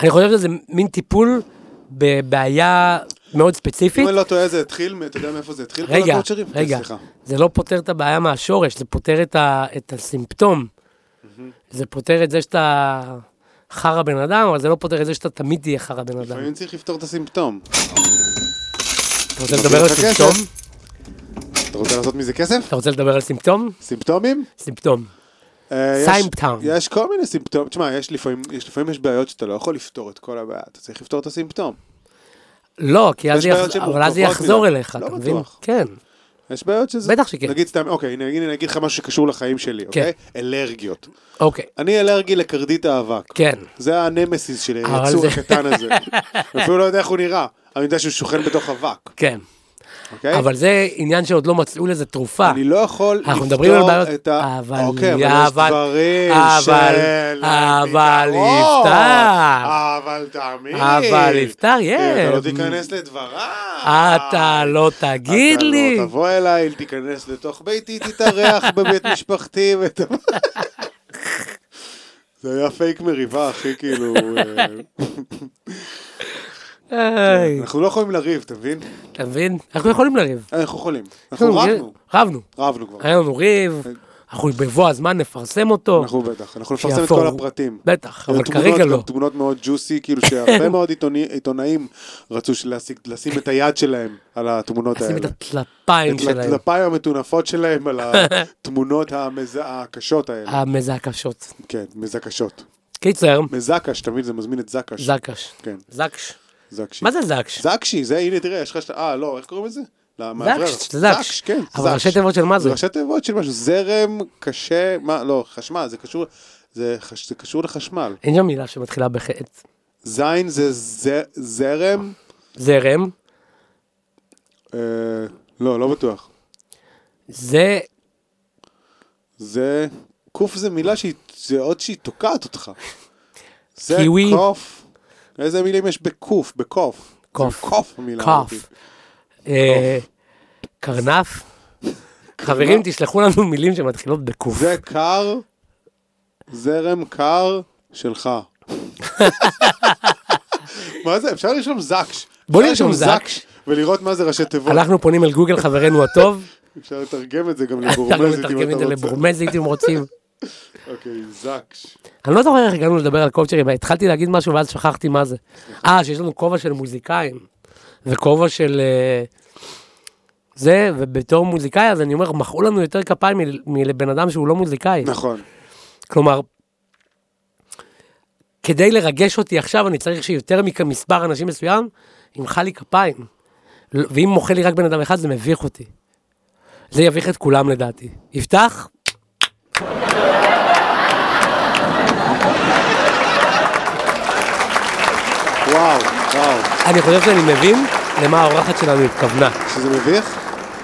S1: אני חושב שזה מין טיפול בבעיה מאוד ספציפית.
S2: אם אני לא טועה זה התחיל, מ- אתה יודע מאיפה זה התחיל? כל
S1: רגע,
S2: הקואוצ'רים? כן,
S1: רגע,
S2: סליחה.
S1: זה לא פותר את הבעיה מהשורש, זה פותר את, ה, את הסימפטום. זה פותר את זה שאתה חרא בן אדם, אבל זה לא פותר את זה שאתה תמיד תהיה חרא בן אדם.
S2: לפעמים צריך לפתור את הסימפטום.
S1: אתה רוצה לדבר על
S2: לך כסף.
S1: סימפטום?
S2: אתה רוצה לעשות מזה כסף?
S1: אתה רוצה לדבר על סימפטום?
S2: סימפטומים?
S1: סימפטום.
S2: אה, יש-
S1: סיימפטאון.
S2: יש כל מיני סימפטומים. תשמע, יש לפעמים יש לפעמים יש בעיות שאתה לא יכול לפתור את כל הבעיה, אתה צריך לפתור את הסימפטום.
S1: לא, כי אז
S2: יש
S1: זה יח-
S2: בעיות שהן
S1: אבל אז זה
S2: מורכבות
S1: יחזור
S2: מדי.
S1: אליך,
S2: לא
S1: אתה מבין?
S2: בטוח.
S1: כן.
S2: יש בעיות שזה...
S1: בטח שכן. כן.
S2: נגיד סתם, אוקיי, הנה, הנה, אני אגיד לך משהו שקשור לחיים שלי, אוקיי? אלרגיות.
S1: אוקיי.
S2: אני אלרגי לכרדית האבק.
S1: כן.
S2: זה הנמסיס שלי,
S1: אבל
S2: היצור
S1: זה-
S2: הקטן
S1: [laughs]
S2: הזה. אני אפילו לא יודע איך הוא נראה. אני יודע שהוא שוכן בתוך אבק,
S1: כן.
S2: אוקיי?
S1: אבל זה עניין שעוד לא מצאו לזה תרופה.
S2: אני לא יכול
S1: אנחנו
S2: לפתור
S1: מדברים על בעיות,
S2: את ה...
S1: אבל,
S2: אוקיי, אבל יש
S1: אבל,
S2: דברים
S1: אבל,
S2: של...
S1: אבל
S2: פתרון.
S1: יפתח.
S2: אבל תאמין.
S1: אבל יפתח, יש.
S2: אתה לא תיכנס לדבריי.
S1: אתה לא תגיד
S2: אתה
S1: לי.
S2: לא תבוא אליי, תיכנס לתוך ביתי, תתארח בבית משפחתי. ות- [laughs] זה היה פייק מריבה, אחי, כאילו... אה,
S1: היי,
S2: אנחנו לא יכולים לריב, אתה מבין?
S1: אתה מבין? אנחנו יכולים לריב.
S2: אנחנו יכולים.
S1: כן,
S2: אנחנו רבנו.
S1: רבנו.
S2: רבנו כבר.
S1: היה לנו ריב, אנחנו בבוא הזמן נפרסם אותו.
S2: אה, אנחנו בטח, אנחנו נפרסם את
S1: שיפור.
S2: כל הפרטים.
S1: בטח, אבל
S2: היו תמונות,
S1: כרגע
S2: גם
S1: לא. כן.
S2: תמונות מאוד ג'וסי, כאילו שהרבה מאוד עיתוני- עיתונאים רצו של- להשיג- לשים את היד שלהם על התמונות
S1: לשים
S2: האלה.
S1: את הטלפיים
S2: את
S1: שלהם,
S2: הטלפיים המטונפות שלהם על
S1: [laughs]
S2: התמונות המז- הקשות האלה.
S1: המזעקשות.
S2: כן, מזקשות.
S1: קיצר,
S2: מזקש, תמיד זה מזמין את זקש.
S1: זקש.
S2: כן,
S1: זקש.
S2: זקשי.
S1: מה זה זקש?
S2: זקשי, זה, הנה, תראה, יש לך... שת- אה, לא, איך קוראים לזה? למאוורר.
S1: זקש, זקש.
S2: זקש, כן.
S1: אבל
S2: זקש.
S1: ראשי תיבות של מה זה?
S2: זה ראשי תיבות של משהו. זרם קשה, מה, לא, חשמל, זה קשור... זה, חש, זה קשור לחשמל.
S1: אין שם מילה שמתחילה בחטא.
S2: זין זה ז, זרם,
S1: זרם,
S2: אה, לא, לא בטוח.
S1: זה
S2: זה... קוף זה מילה שהיא... זה עוד שהיא תוקעת אותך. זה
S1: קיווי.
S2: קוף. איזה מילים יש בקוף? בקוף.
S1: קוף.
S2: זה קוף המילה.
S1: כף.
S2: הזאת.
S1: אה, קרנף. חברים, תשלחו לנו מילים שמתחילות בקוף.
S2: זה קר, זרם קר שלך. מה זה? אפשר לרשום זקש.
S1: בוא
S2: אפשר
S1: נרשום זקש.
S2: ולראות מה זה ראשי תיבות.
S1: אנחנו פונים אל גוגל, חברנו הטוב.
S2: אפשר לתרגם את זה גם
S1: אנחנו
S2: לבורמזית אם
S1: מתרגמים לא את
S2: אתה
S1: זה
S2: רוצה.
S1: לבורמזית אם רוצים.
S2: אוקיי, זקש.
S1: אני לא זוכר איך הגענו לדבר על קואוצ'רים, התחלתי להגיד משהו ואז שכחתי מה זה. אה, שיש לנו כובע של מוזיקאים, וכובע של... אה, זה, ובתור מוזיקאי, אז אני אומר, מחאו לנו יותר כפיים מל- מלבן אדם שהוא לא מוזיקאי.
S2: נכון.
S1: כלומר, כדי לרגש אותי עכשיו, אני צריך שיותר ממספר אנשים מסוים ימחא לי כפיים. לא- ואם מוחא לי רק בן אדם אחד, זה מביך אותי. זה יביך את כולם לדעתי. יפתח?
S2: וואו, וואו.
S1: אני חושב שאני מבין למה האורחת שלנו התכוונה.
S2: שזה מביך?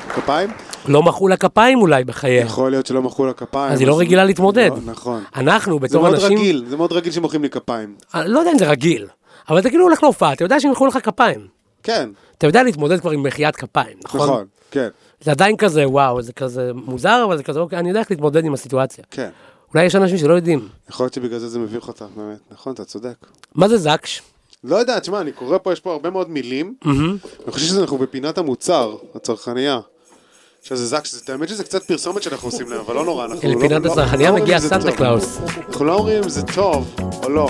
S2: כפיים?
S1: לא מחאו לה כפיים אולי בחייה.
S2: יכול להיות שלא מחאו לה כפיים.
S1: אז היא לא רגילה להתמודד.
S2: לא, נכון.
S1: אנחנו,
S2: זה
S1: בתור
S2: מאוד
S1: אנשים...
S2: רגיל, זה מאוד רגיל שמוחאים לי כפיים.
S1: אני לא יודע אם זה רגיל, אבל אתה כאילו הולך להופעה, אתה יודע שהם ימחאו לך כפיים.
S2: כן,
S1: אתה יודע להתמודד כבר עם מחיית כפיים, נכון?
S2: נכון, כן,
S1: זה עדיין כזה, וואו, זה כזה מוזר, אבל זה כזה, אוקיי, אני יודע איך להתמודד עם הסיטואציה.
S2: כן.
S1: אולי יש אנשים שלא יודעים.
S2: יכול להיות שבגלל זה זה מביך אותך, באמת. נכון, אתה צודק.
S1: מה זה זקש?
S2: לא יודע, תשמע, אני קורא פה, יש פה הרבה מאוד מילים. אני חושב שאנחנו בפינת המוצר, הצרכנייה. עכשיו זה זק, שזה- האמת שזה קצת פרסומת שאנחנו עושים להם, אבל לא נורא, אנחנו
S1: אל
S2: לא...
S1: פינת
S2: לא-
S1: הצרכנייה
S2: לא אומרים
S1: מגיע
S2: אם זה
S1: סנטה
S2: טוב.
S1: קלאוס.
S2: אנחנו לא אומרים אם זה טוב או לא.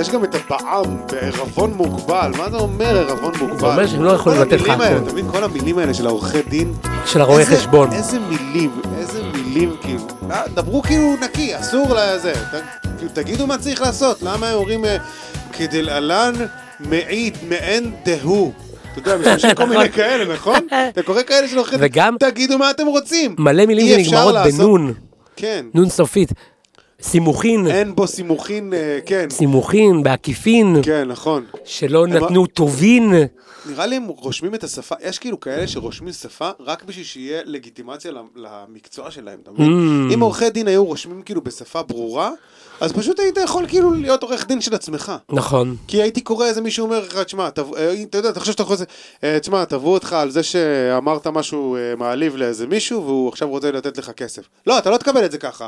S2: יש גם את הבעם בעירבון מוגבל, מה זה אומר עירבון מוגבל?
S1: זה אומר שהם לא יכולים לתת לך
S2: כל המילים האלה,
S1: הכל.
S2: אתה מבין? כל המילים האלה של העורכי דין.
S1: של הרואה
S2: איזה-
S1: חשבון.
S2: איזה מילים, איזה מילים, כאילו. אה, דברו כאילו נקי, אסור לזה. ת- כאילו, תגידו מה צריך לעשות, למה הם אומרים אה, כדלהלן מעיד מעין דהוא. אתה יודע, משתמשים כל
S1: [laughs]
S2: מיני כאלה, נכון? אתה קורא כאלה של עורכי דין,
S1: וגם-
S2: תגידו מה אתם רוצים.
S1: מלא מילים
S2: אי אפשר
S1: שנגמרות
S2: לעשות-
S1: בנון,
S2: כן.
S1: נון סופית. סימוכין,
S2: אין בו סימוכין, אה, כן.
S1: סימוכין, בעקיפין,
S2: כן, נכון.
S1: שלא
S2: הם-
S1: נתנו טובין.
S2: נראה לי הם רושמים את השפה, יש כאילו כאלה שרושמים שפה רק בשביל שיהיה לגיטימציה למ- למקצוע שלהם, אתה מבין?
S1: Mm.
S2: אם עורכי דין היו רושמים כאילו בשפה ברורה, אז פשוט היית יכול כאילו להיות עורך דין של עצמך.
S1: נכון.
S2: כי הייתי קורא איזה מישהו אומר לך, תשמע, תב- אה, אתה יודע, אתה חושב שאתה יכול... לעשות- אה, תשמע, תבעו אותך על זה שאמרת משהו אה, מעליב לאיזה מישהו והוא עכשיו רוצה לתת לך כסף. לא, אתה לא תקבל את זה ככה.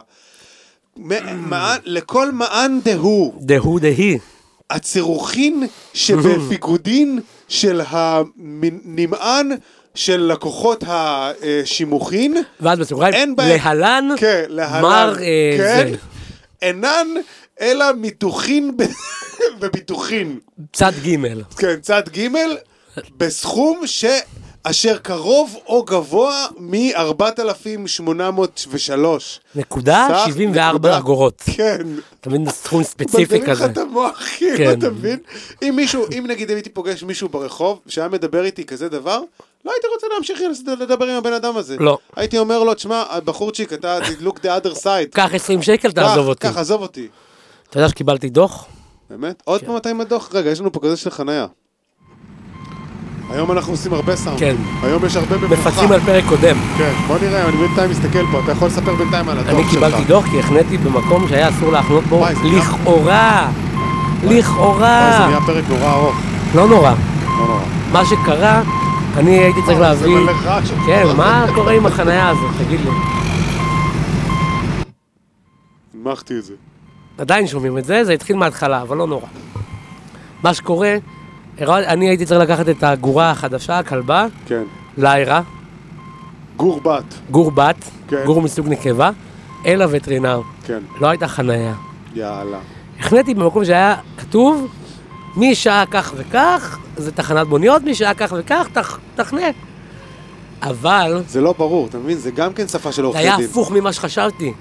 S2: מ- מען- לכל מען דהוא.
S1: דהו דהי.
S2: הצירוכין שבפיגודין של הנמען של לקוחות השימוכין,
S1: ואז בסוגריים,
S2: אין בהם-
S1: להלן,
S2: כן, להלן,
S1: מר, אה,
S2: כן,
S1: זה,
S2: אינן אלא מיתוכין ב- [laughs] בביטוחין,
S1: צד ג'.
S2: כן, צד ג', בסכום ש... אשר קרוב או גבוה מ-4,803.
S1: נקודה
S2: סך
S1: 74
S2: נקודה.
S1: אגורות.
S2: כן.
S1: אתה מבין, זה סכום ספציפי
S2: מבלבלים
S1: כזה.
S2: לך את המוח, [laughs] כאילו,
S1: כן.
S2: אתה מבין? אם מישהו, אם נגיד הייתי פוגש מישהו ברחוב שהיה מדבר איתי כזה דבר, לא הייתי רוצה להמשיך לס- לדבר עם הבן אדם הזה.
S1: לא.
S2: הייתי אומר לו, תשמע, בחורצ'יק, אתה look the other side.
S1: קח 20 שקל, תעזוב אותי.
S2: קח, עזוב אותי.
S1: אתה יודע שקיבלתי דוח?
S2: באמת?
S1: כן.
S2: עוד פעם אתה עם הדוח? רגע, יש לנו פה כזה של חנייה. היום אנחנו עושים הרבה סאונד.
S1: כן.
S2: היום יש הרבה במבוכה.
S1: מפצים על פרק קודם.
S2: כן, בוא נראה, אני בינתיים מסתכל פה, אתה יכול לספר בינתיים על הדוח שלך.
S1: אני קיבלתי דוח כי החניתי במקום שהיה אסור להחנות בו
S2: וואי, זה נהיה-
S1: לכאורה.
S2: וואי, אה. זה
S1: לכאורה.
S2: נהיה פרק נורא ארוך.
S1: לא נורא.
S2: לא נורא.
S1: מה שקרה, אני הייתי צריך
S2: וואי, זה
S1: להביא...
S2: מלא רעש.
S1: כן, מה קורה עם החנייה הזאת? תגיד לי.
S2: הנמכתי את זה.
S1: עדיין שומעים את זה, זה התחיל מההתחלה, אבל לא נורא. מה שקורה, הרא- אני הייתי צריך לקחת את הגורה החדשה, הכלבה,
S2: כן.
S1: ליירה,
S2: גור בת.
S1: גור בת,
S2: כן.
S1: גור מסוג נקבה, אל הווטרינר.
S2: כן.
S1: לא הייתה חנייה.
S2: יאללה.
S1: החניתי במקום שהיה כתוב, משעה כך וכך, זה תחנת מוניות, משעה כך וכך, תח, תחנה. אבל
S2: זה לא ברור, אתה מבין? זה גם כן שפה של
S1: זה
S2: עורכי
S1: היה
S2: דין.
S1: הפוך ממה שחשבתי.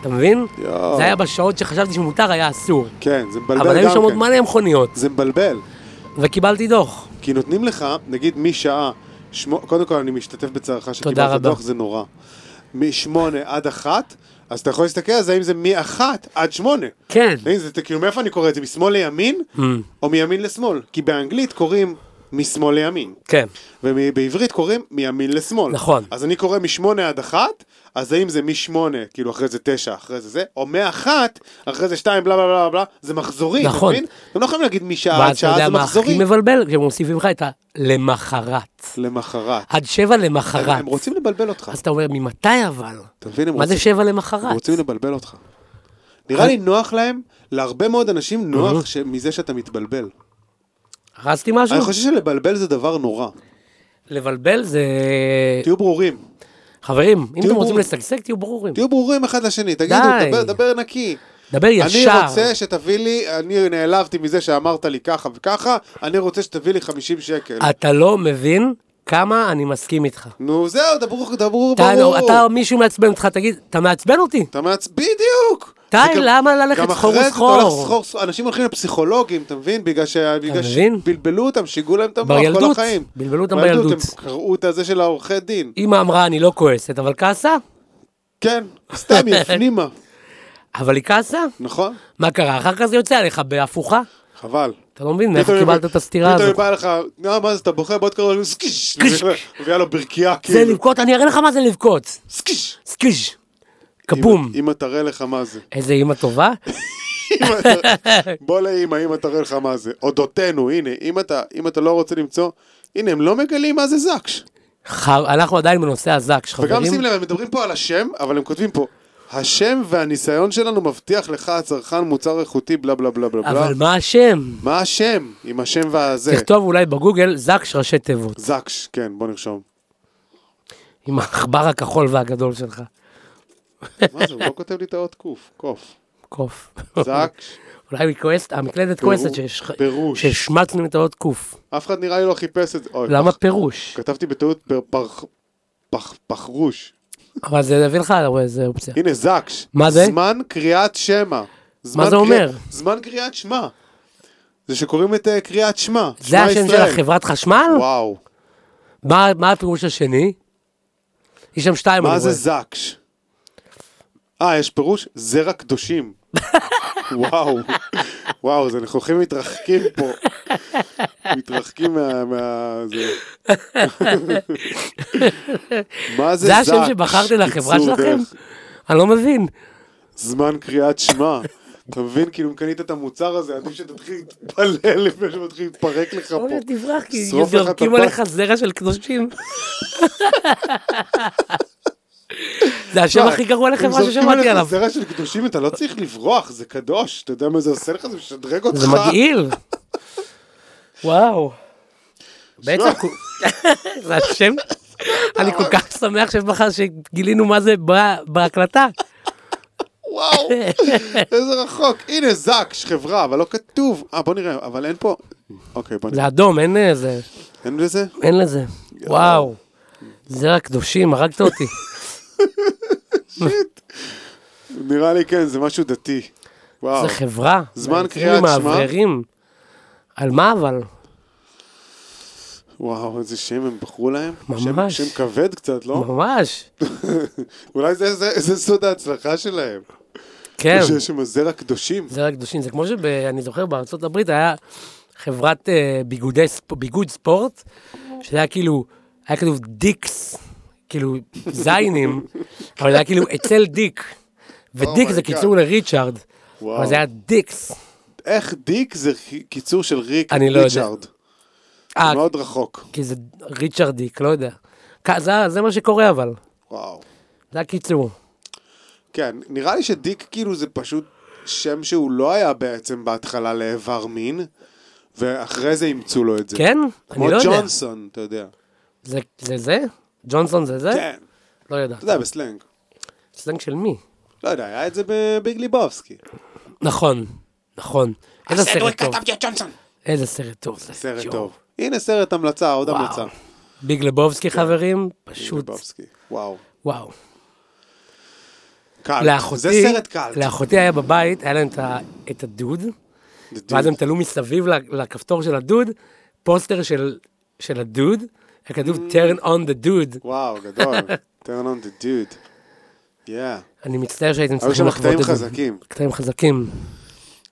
S1: אתה מבין?
S2: יואו.
S1: זה היה בשעות שחשבתי שמותר, היה אסור.
S2: כן, זה מבלבל גם
S1: אבל
S2: כן.
S1: היו שם עוד מלא מכוניות,
S2: זה מבלבל.
S1: וקיבלתי דוח.
S2: כי נותנים לך, נגיד משעה, שמו... קודם כל אני משתתף בצערך
S1: תודה
S2: שקיבלת
S1: רבה.
S2: דוח, זה נורא. משמונה עד אחת, אז אתה יכול להסתכל על זה האם זה מאחת עד שמונה.
S1: כן. Mm.
S2: האם זה, כאילו מאיפה אני קורא את זה? משמאל לימין? או מימין לשמאל? כי באנגלית קוראים משמאל לימין.
S1: כן.
S2: אה, ובעברית קוראים מימין לשמאל.
S1: נכון.
S2: אז אני קורא משמונה עד אחת, אז האם זה משמונה, כאילו אחרי זה תשע, אחרי זה זה, או מאחת, אחרי זה שתיים, בלה בלה בלה בלה, זה מחזורים,
S1: נכון.
S2: אתה מבין? אתם לא יכולים להגיד משעה עד
S1: ואז אתה
S2: שעה,
S1: יודע
S2: זה
S1: מה הכי
S2: מחזורים.
S1: מבלבל? כשמוסיפים לך את הלמחרת.
S2: למחרת.
S1: עד שבע למחרת.
S2: הם רוצים לבלבל אותך,
S1: אז אתה אומר, ממתי אבל?
S2: אתה מבין? הם
S1: מה זה
S2: רוצים-
S1: שבע
S2: הם
S1: למחרת?
S2: רוצים לבלבל אותך. נראה לי נוח להם, להרבה מאוד אנשים
S1: אהה.
S2: נוח ש- מזה שאתה מתבלבל.
S1: הרסתי משהו?
S2: אני חושב שלבלבל זה דבר נורא.
S1: לבלבל זה...
S2: תהיו ברורים.
S1: חברים, אם אתם רוצים
S2: ברורים.
S1: לשגשג, תהיו ברורים.
S2: תהיו ברורים אחד לשני, תגידו,
S1: די.
S2: דבר- דבר נקי.
S1: דבר ישר.
S2: אני רוצה שתביא לי, אני נעלבתי מזה שאמרת לי ככה וככה, אני רוצה שתביא לי 50 שקל.
S1: אתה לא מבין כמה אני מסכים איתך.
S2: נו, זהו, דברו, דברו,
S1: אתה, לא-
S2: ברור.
S1: אתה, מישהו מעצבן אותך, תגיד, אתה מעצבן אותי.
S2: אתה מעצ... בדיוק!
S1: די,
S2: וגם-
S1: למה ללכת
S2: גם
S1: סחור
S2: אחרי זה אתה
S1: וסחור?
S2: הולך סחור סחור. אנשים הולכים לפסיכולוגים, אתה מבין? בגלל שה- בגלל
S1: מבין?
S2: שבלבלו אותם, שיגעו להם את המוח כל
S1: בילדות,
S2: החיים.
S1: בלבלו אותם בילדות.
S2: הם קראו את הזה של העורכי דין.
S1: אמא אמרה, אני לא כועסת, אבל כעסה.
S2: כן,
S1: [laughs]
S2: סתם, היא הפנימה.
S1: אבל היא כעסה.
S2: נכון?
S1: מה קרה? אחר כך זה יוצא עליך בהפוכה.
S2: חבל.
S1: אתה לא מבין מאיפה
S2: פתאום היא-
S1: קיבלת את הסטירה
S2: פתאום
S1: הזאת.
S2: היא באה לך, "אה, מה זה, אתה בוכה? בוא תקרא לו סקיש.
S1: סקיש.
S2: מביאה לו ברכייה,
S1: זה
S2: כאילו.
S1: לבכות, אני אראה לך מה זה לבכות.
S2: סקיש.
S1: סקיז'. כבום.
S2: אמא תראה לך מה
S1: [laughs]
S2: זה.
S1: איזה אימא טובה.
S2: אמא, אתה- בוא לאמא, אמא תראה לך מה זה. אודותינו, הנה, אם אתה- אם אתה לא רוצה למצוא, הנה, הם לא מגלים מה זה זקש.
S1: ח- אנחנו עדיין בנושא הזקש,
S2: וגם
S1: חברים.
S2: שים לב, הם מדברים פה על השם, אבל הם כותבים פה, השם והניסיון שלנו מבטיח לך, הצרכן, מוצר איכותי, בלה בלה בלה בלה בלה.
S1: אבל מה השם?
S2: מה השם? עם השם והזה.
S1: תכתוב אולי בגוגל זקש ראשי תיבות.
S2: זקש, כן, בוא
S1: [laughs]
S2: נרשום.
S1: עם העכבר הכחול והגדול שלך.
S2: מה זה, הוא לא כותב לי את האות קוף, קוף.
S1: קוף. [laughs]
S2: זקש,
S1: אולי היא כועסת, המקלדת
S2: פירוש-
S1: כועסת שיש-
S2: פירוש.
S1: שהשמצנו את האות קוף.
S2: אף אחד נראה לי לא חיפש את זה. אוי,
S1: למה
S2: פח-
S1: פירוש?
S2: כתבתי בטעות פר- פח- פח- פחרוש.
S1: אבל זה יביא לך על איזה אופציה.
S2: הנה, זקש.
S1: מה זה?
S2: זמן קריאת שמע. זמן
S1: זה
S2: קריאת-
S1: אומר?
S2: זמן קריאת שמע. זה שקוראים את אה, קריאת שמע.
S1: זה
S2: שמע
S1: השם של
S2: ישראל.
S1: החברת חשמל?
S2: וואו.
S1: מה- מה הפירוש השני? יש שם שתיים, אני
S2: מה זה
S1: רואה.
S2: זקש? אה, יש פירוש? זרע
S1: [laughs]
S2: קדושים. וואו, וואו, זה אנחנו הולכים מתרחקים פה. מתרחקים מה... מה...
S1: [laughs]
S2: זה... מה זה
S1: זה
S2: זקש?
S1: השם שבחרתם לחברה
S2: קיצור
S1: שלכם?
S2: דרך.
S1: אני לא מבין.
S2: זמן קריאת שמע. אתה מבין? כאילו, אם קנית את המוצר הזה, עדיף שתתחיל להתפלל לפני שמתחיל להתפרק לך פה.
S1: אוי, תברח, כי
S2: שרוף לך את
S1: זורקים
S2: הבית.
S1: עליך זרע של קדושים. [laughs] זה השם הכי גרוע לחברה
S2: אם זורקים
S1: ששמעתי
S2: עליך
S1: עליו.
S2: זרע של קדושים, אתה לא צריך לברוח, זה קדוש. אתה יודע מה זה עושה לך? זה משדרג אותך.
S1: זה מגעיל. וואו. בעצם, כו- [laughs] זה השם, אני כל כך שמח שבחר שגילינו מה זה ב- בהקלטה. [laughs]
S2: וואו, איזה רחוק. הנה זקש, חברה, אבל לא כתוב. אה, בוא נראה, אבל אין פה... אוקיי, בוא נראה.
S1: זה אדום, אין איזה,
S2: אין לזה?
S1: אין לזה. וואו. זרע קדושים, הרגת אותי.
S2: נראה לי כן, זה משהו דתי. וואו.
S1: זה חברה.
S2: זמן
S1: מעצבים
S2: קריאת שמע.
S1: מאווררים. על מה אבל?
S2: וואו, איזה שם הם בחרו להם.
S1: ממש.
S2: שם- שם כבד קצת, לא?
S1: ממש.
S2: אולי זה- זה זה סוד ההצלחה שלהם.
S1: כן.
S2: שיש שם זרע קדושים.
S1: זרע קדושים. זה כמו שאני זוכר בארצות הברית היה חברת אה, ביגודי, ספ- ביגוד ספורט, שזה היה כאילו, היה כתוב דיקס, כאילו
S2: [laughs]
S1: זיינים, אבל זה היה כאילו אצל דיק. ודיק
S2: Oh my
S1: זה
S2: God.
S1: קיצור לריצ'ארד.
S2: וואו.
S1: אבל זה היה דיקס.
S2: איך דיק זה קיצור של ריק
S1: אני לא יודע.
S2: ריצ'ארד.
S1: אה,
S2: מאוד רחוק.
S1: כי זה ריצ'ארד דיק, לא יודע. כ- זה, זה מה שקורה אבל.
S2: וואו.
S1: זה הקיצור.
S2: כן, נראה לי שדיק כאילו זה פשוט שם שהוא לא היה בעצם בהתחלה לאיבר מין, ואחרי זה אימצו לו את זה.
S1: כן?
S2: כמו
S1: אני לא יודע.
S2: ג'ונסון, אתה יודע.
S1: זה זה? זה? ג'ונסון זה זה?
S2: כן,
S1: לא יודע.
S2: אתה יודע, בסלנג.
S1: סלנג של מי?
S2: לא יודע, היה את זה בביג ליבובסקי.
S1: נכון, נכון. איזה סרט טוב.
S3: כתבתי את ג'ונסון.
S1: איזה סרט טוב זה.
S2: סרט
S1: יואו.
S2: טוב. הנה סרט המלצה, עוד
S1: וואו.
S2: המלצה.
S1: ביג לבובסקי
S2: כן.
S1: חברים, פשוט,
S2: ליבובסקי, וואו.
S1: וואו.
S2: קל.
S1: לאחותי,
S2: זה סרט קל.
S1: לאחותי היה בבית, היה להם את ה- את הדוד, ואז הם תלו מסביב ל- לכפתור של הדוד, פוסטר של של הדוד, היה כתוב
S2: Mm.
S1: turn on the dude.
S2: וואו,
S1: [laughs]
S2: גדול. turn on the dude. Yeah.
S1: אני מצטער שהייתם
S2: היו
S1: צריכים
S2: שם
S1: לחוות
S2: קטעים
S1: את זה.
S2: חזקים.
S1: קטעים חזקים.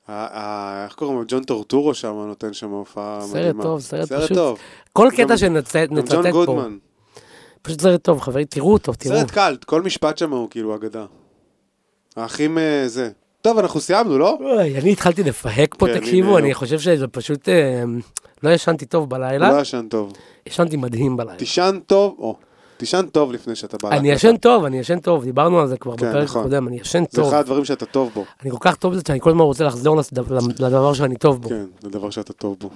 S2: ה- ה- איך קוראים לו? ג'ון טורטורו שם נותן שם הופעה מדהימה.
S1: סרט טוב, סרט
S2: סרט
S1: פשוט.
S2: טוב.
S1: כל
S2: גם-
S1: קטע שנצטט
S2: גם ג'ון
S1: פה,
S2: גודמן.
S1: פשוט סרט טוב, חברים, תראו אותו, תראו.
S2: סרט קלט, כל משפט שם הוא כאילו אגדה. האחים אה, זה. טוב, אנחנו סיימנו, לא?
S1: אוי, אני התחלתי לפהק פה,
S2: כן,
S1: תקשיבו,
S2: הנה,
S1: אני
S2: נו.
S1: חושב שזה פשוט... אה, לא ישנתי טוב בלילה,
S2: לא ישן טוב.
S1: ישנתי מדהים בלילה.
S2: תישן טוב, או, תישן טוב לפני שאתה בא.
S1: אני
S2: להקלטה.
S1: ישן טוב, אני ישן טוב, דיברנו על זה כבר
S2: כן,
S1: בפרק
S2: נכון.
S1: הקודם, אני ישן
S2: זה
S1: טוב.
S2: אחד הדברים שאתה טוב בו.
S1: אני כל כך טוב בזה שאני כל הזמן רוצה לחזור לס- לדבר שאני טוב בו.
S2: כן, זה דבר שאתה טוב בו.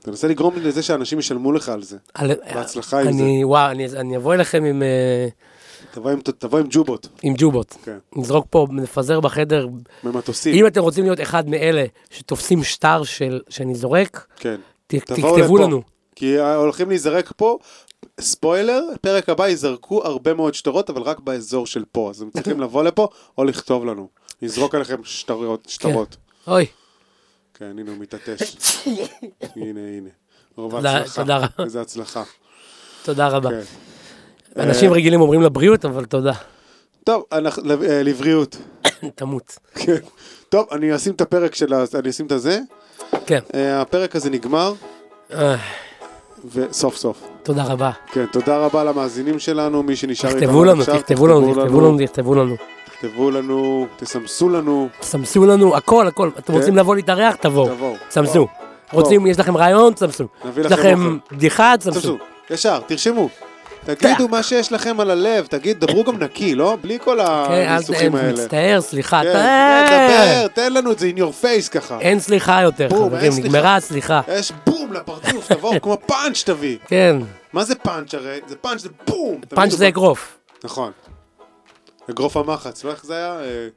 S2: תנסה לגרום לזה שאנשים ישלמו לך על זה.
S1: על-
S2: בהצלחה עם
S1: אני- וואו, אני- אני אבוא אליכם עם, אה,
S2: תבוא עם- תבוא עם ג'ובות,
S1: עם ג'ובות.
S2: כן.
S1: נזרוק פה, נפזר בחדר.
S2: ממטוסים.
S1: אם אתם רוצים להיות אחד מאלה שתופסים שטר של- שאני זורק,
S2: כן.
S1: ת-
S2: תבואו
S1: תכתבו
S2: לפה.
S1: לנו.
S2: כי הולכים להיזרק פה, ספוילר, פרק הבא ייזרקו הרבה מאוד שטרות, אבל רק באזור של פה, אז הם צריכים לבוא לפה או לכתוב לנו. נזרוק עליכם שטרות, שטרות.
S1: אוי,
S2: כן, הנה הוא מתעטש. הנה, הנה. רוב
S1: תודה-
S2: ההצלחה.
S1: תודה רבה.
S2: איזה הצלחה.
S1: תודה רבה.
S2: כן. אה,
S1: אנשים רגילים אומרים לבריאות, אבל תודה. [laughs]
S2: טוב, אנחנו- לב- אה, לבריאות.
S1: תמות.
S2: כן. טוב, אני אשים את הפרק של ה... אני אשים את הזה.
S1: כן,
S2: אה, הפרק הזה נגמר,
S1: אה,
S2: וסוף סוף.
S1: תודה רבה.
S2: כן, תודה רבה למאזינים שלנו, מי שנשאר איתנו
S1: תכתבו לנו,
S2: עכשיו,
S1: תכתבו לנו, תכתבו לנו, תכתבו לנו.
S2: תכתבו לנו, תסמסו לנו,
S1: סמסו לנו, הכל, הכל. אתם
S2: כן.
S1: רוצים לבוא להתארח? תבואו.
S2: תבואו.
S1: סמסו. רוצים, יש לכם רעיון? סמסו.
S2: נביא
S1: יש
S2: לכם
S1: לכם
S2: אוכל.
S1: בדיחה?
S2: תסמסו,
S1: סמסו.
S2: ישר, תרשמו. תגידו מה שיש לכם על הלב, תגיד, דברו גם נקי, לא? בלי כל
S1: כן, אל
S2: הניסוחים
S1: אה,
S2: האלה.
S1: מצטער, סליחה.
S2: כן,
S1: אתה-
S2: תדבר, תן לנו את זה in your face ככה.
S1: אין סליחה יותר,
S2: בום, אין
S1: חברים,
S2: סליחה.
S1: נגמרה הסליחה.
S2: יש בום לפרצוף,
S1: [laughs]
S2: תבואו, כמו פאנץ' תביא.
S1: כן,
S2: מה זה פאנץ' הרי? זה פאנץ' זה בום.
S1: פאנץ'
S2: תמיד
S1: זה
S2: הוא-
S1: אגרוף.
S2: נכון. אגרוף המחץ, לא איך זה היה? אה,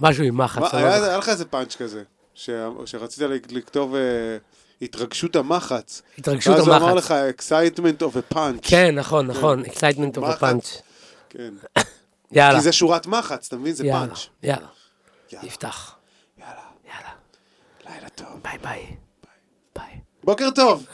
S1: משהו עם מחץ.
S2: מה,
S1: אני לא
S2: היה
S1: זוכר.
S2: היה לך איזה פאנץ' כזה, ש- שרצית לק- לכתוב אה, התרגשות המחץ.
S1: התרגשות
S2: ואז הוא אמר
S1: המחץ.
S2: לך excitement of a punch.
S1: כן, נכון, נכון, אקסייטמנט אוף
S2: מחץ.
S1: הפאנץ'.
S2: כן.
S1: יאללה,
S2: כי זה שורת מחץ, אתה מבין? זה
S1: יאללה,
S2: פאנץ'.
S1: יאללה.
S2: יאללה.
S1: נפתח.
S2: יאללה,
S1: יאללה,
S2: לילה טוב.
S1: ביי ביי. ביי.
S2: בוקר טוב.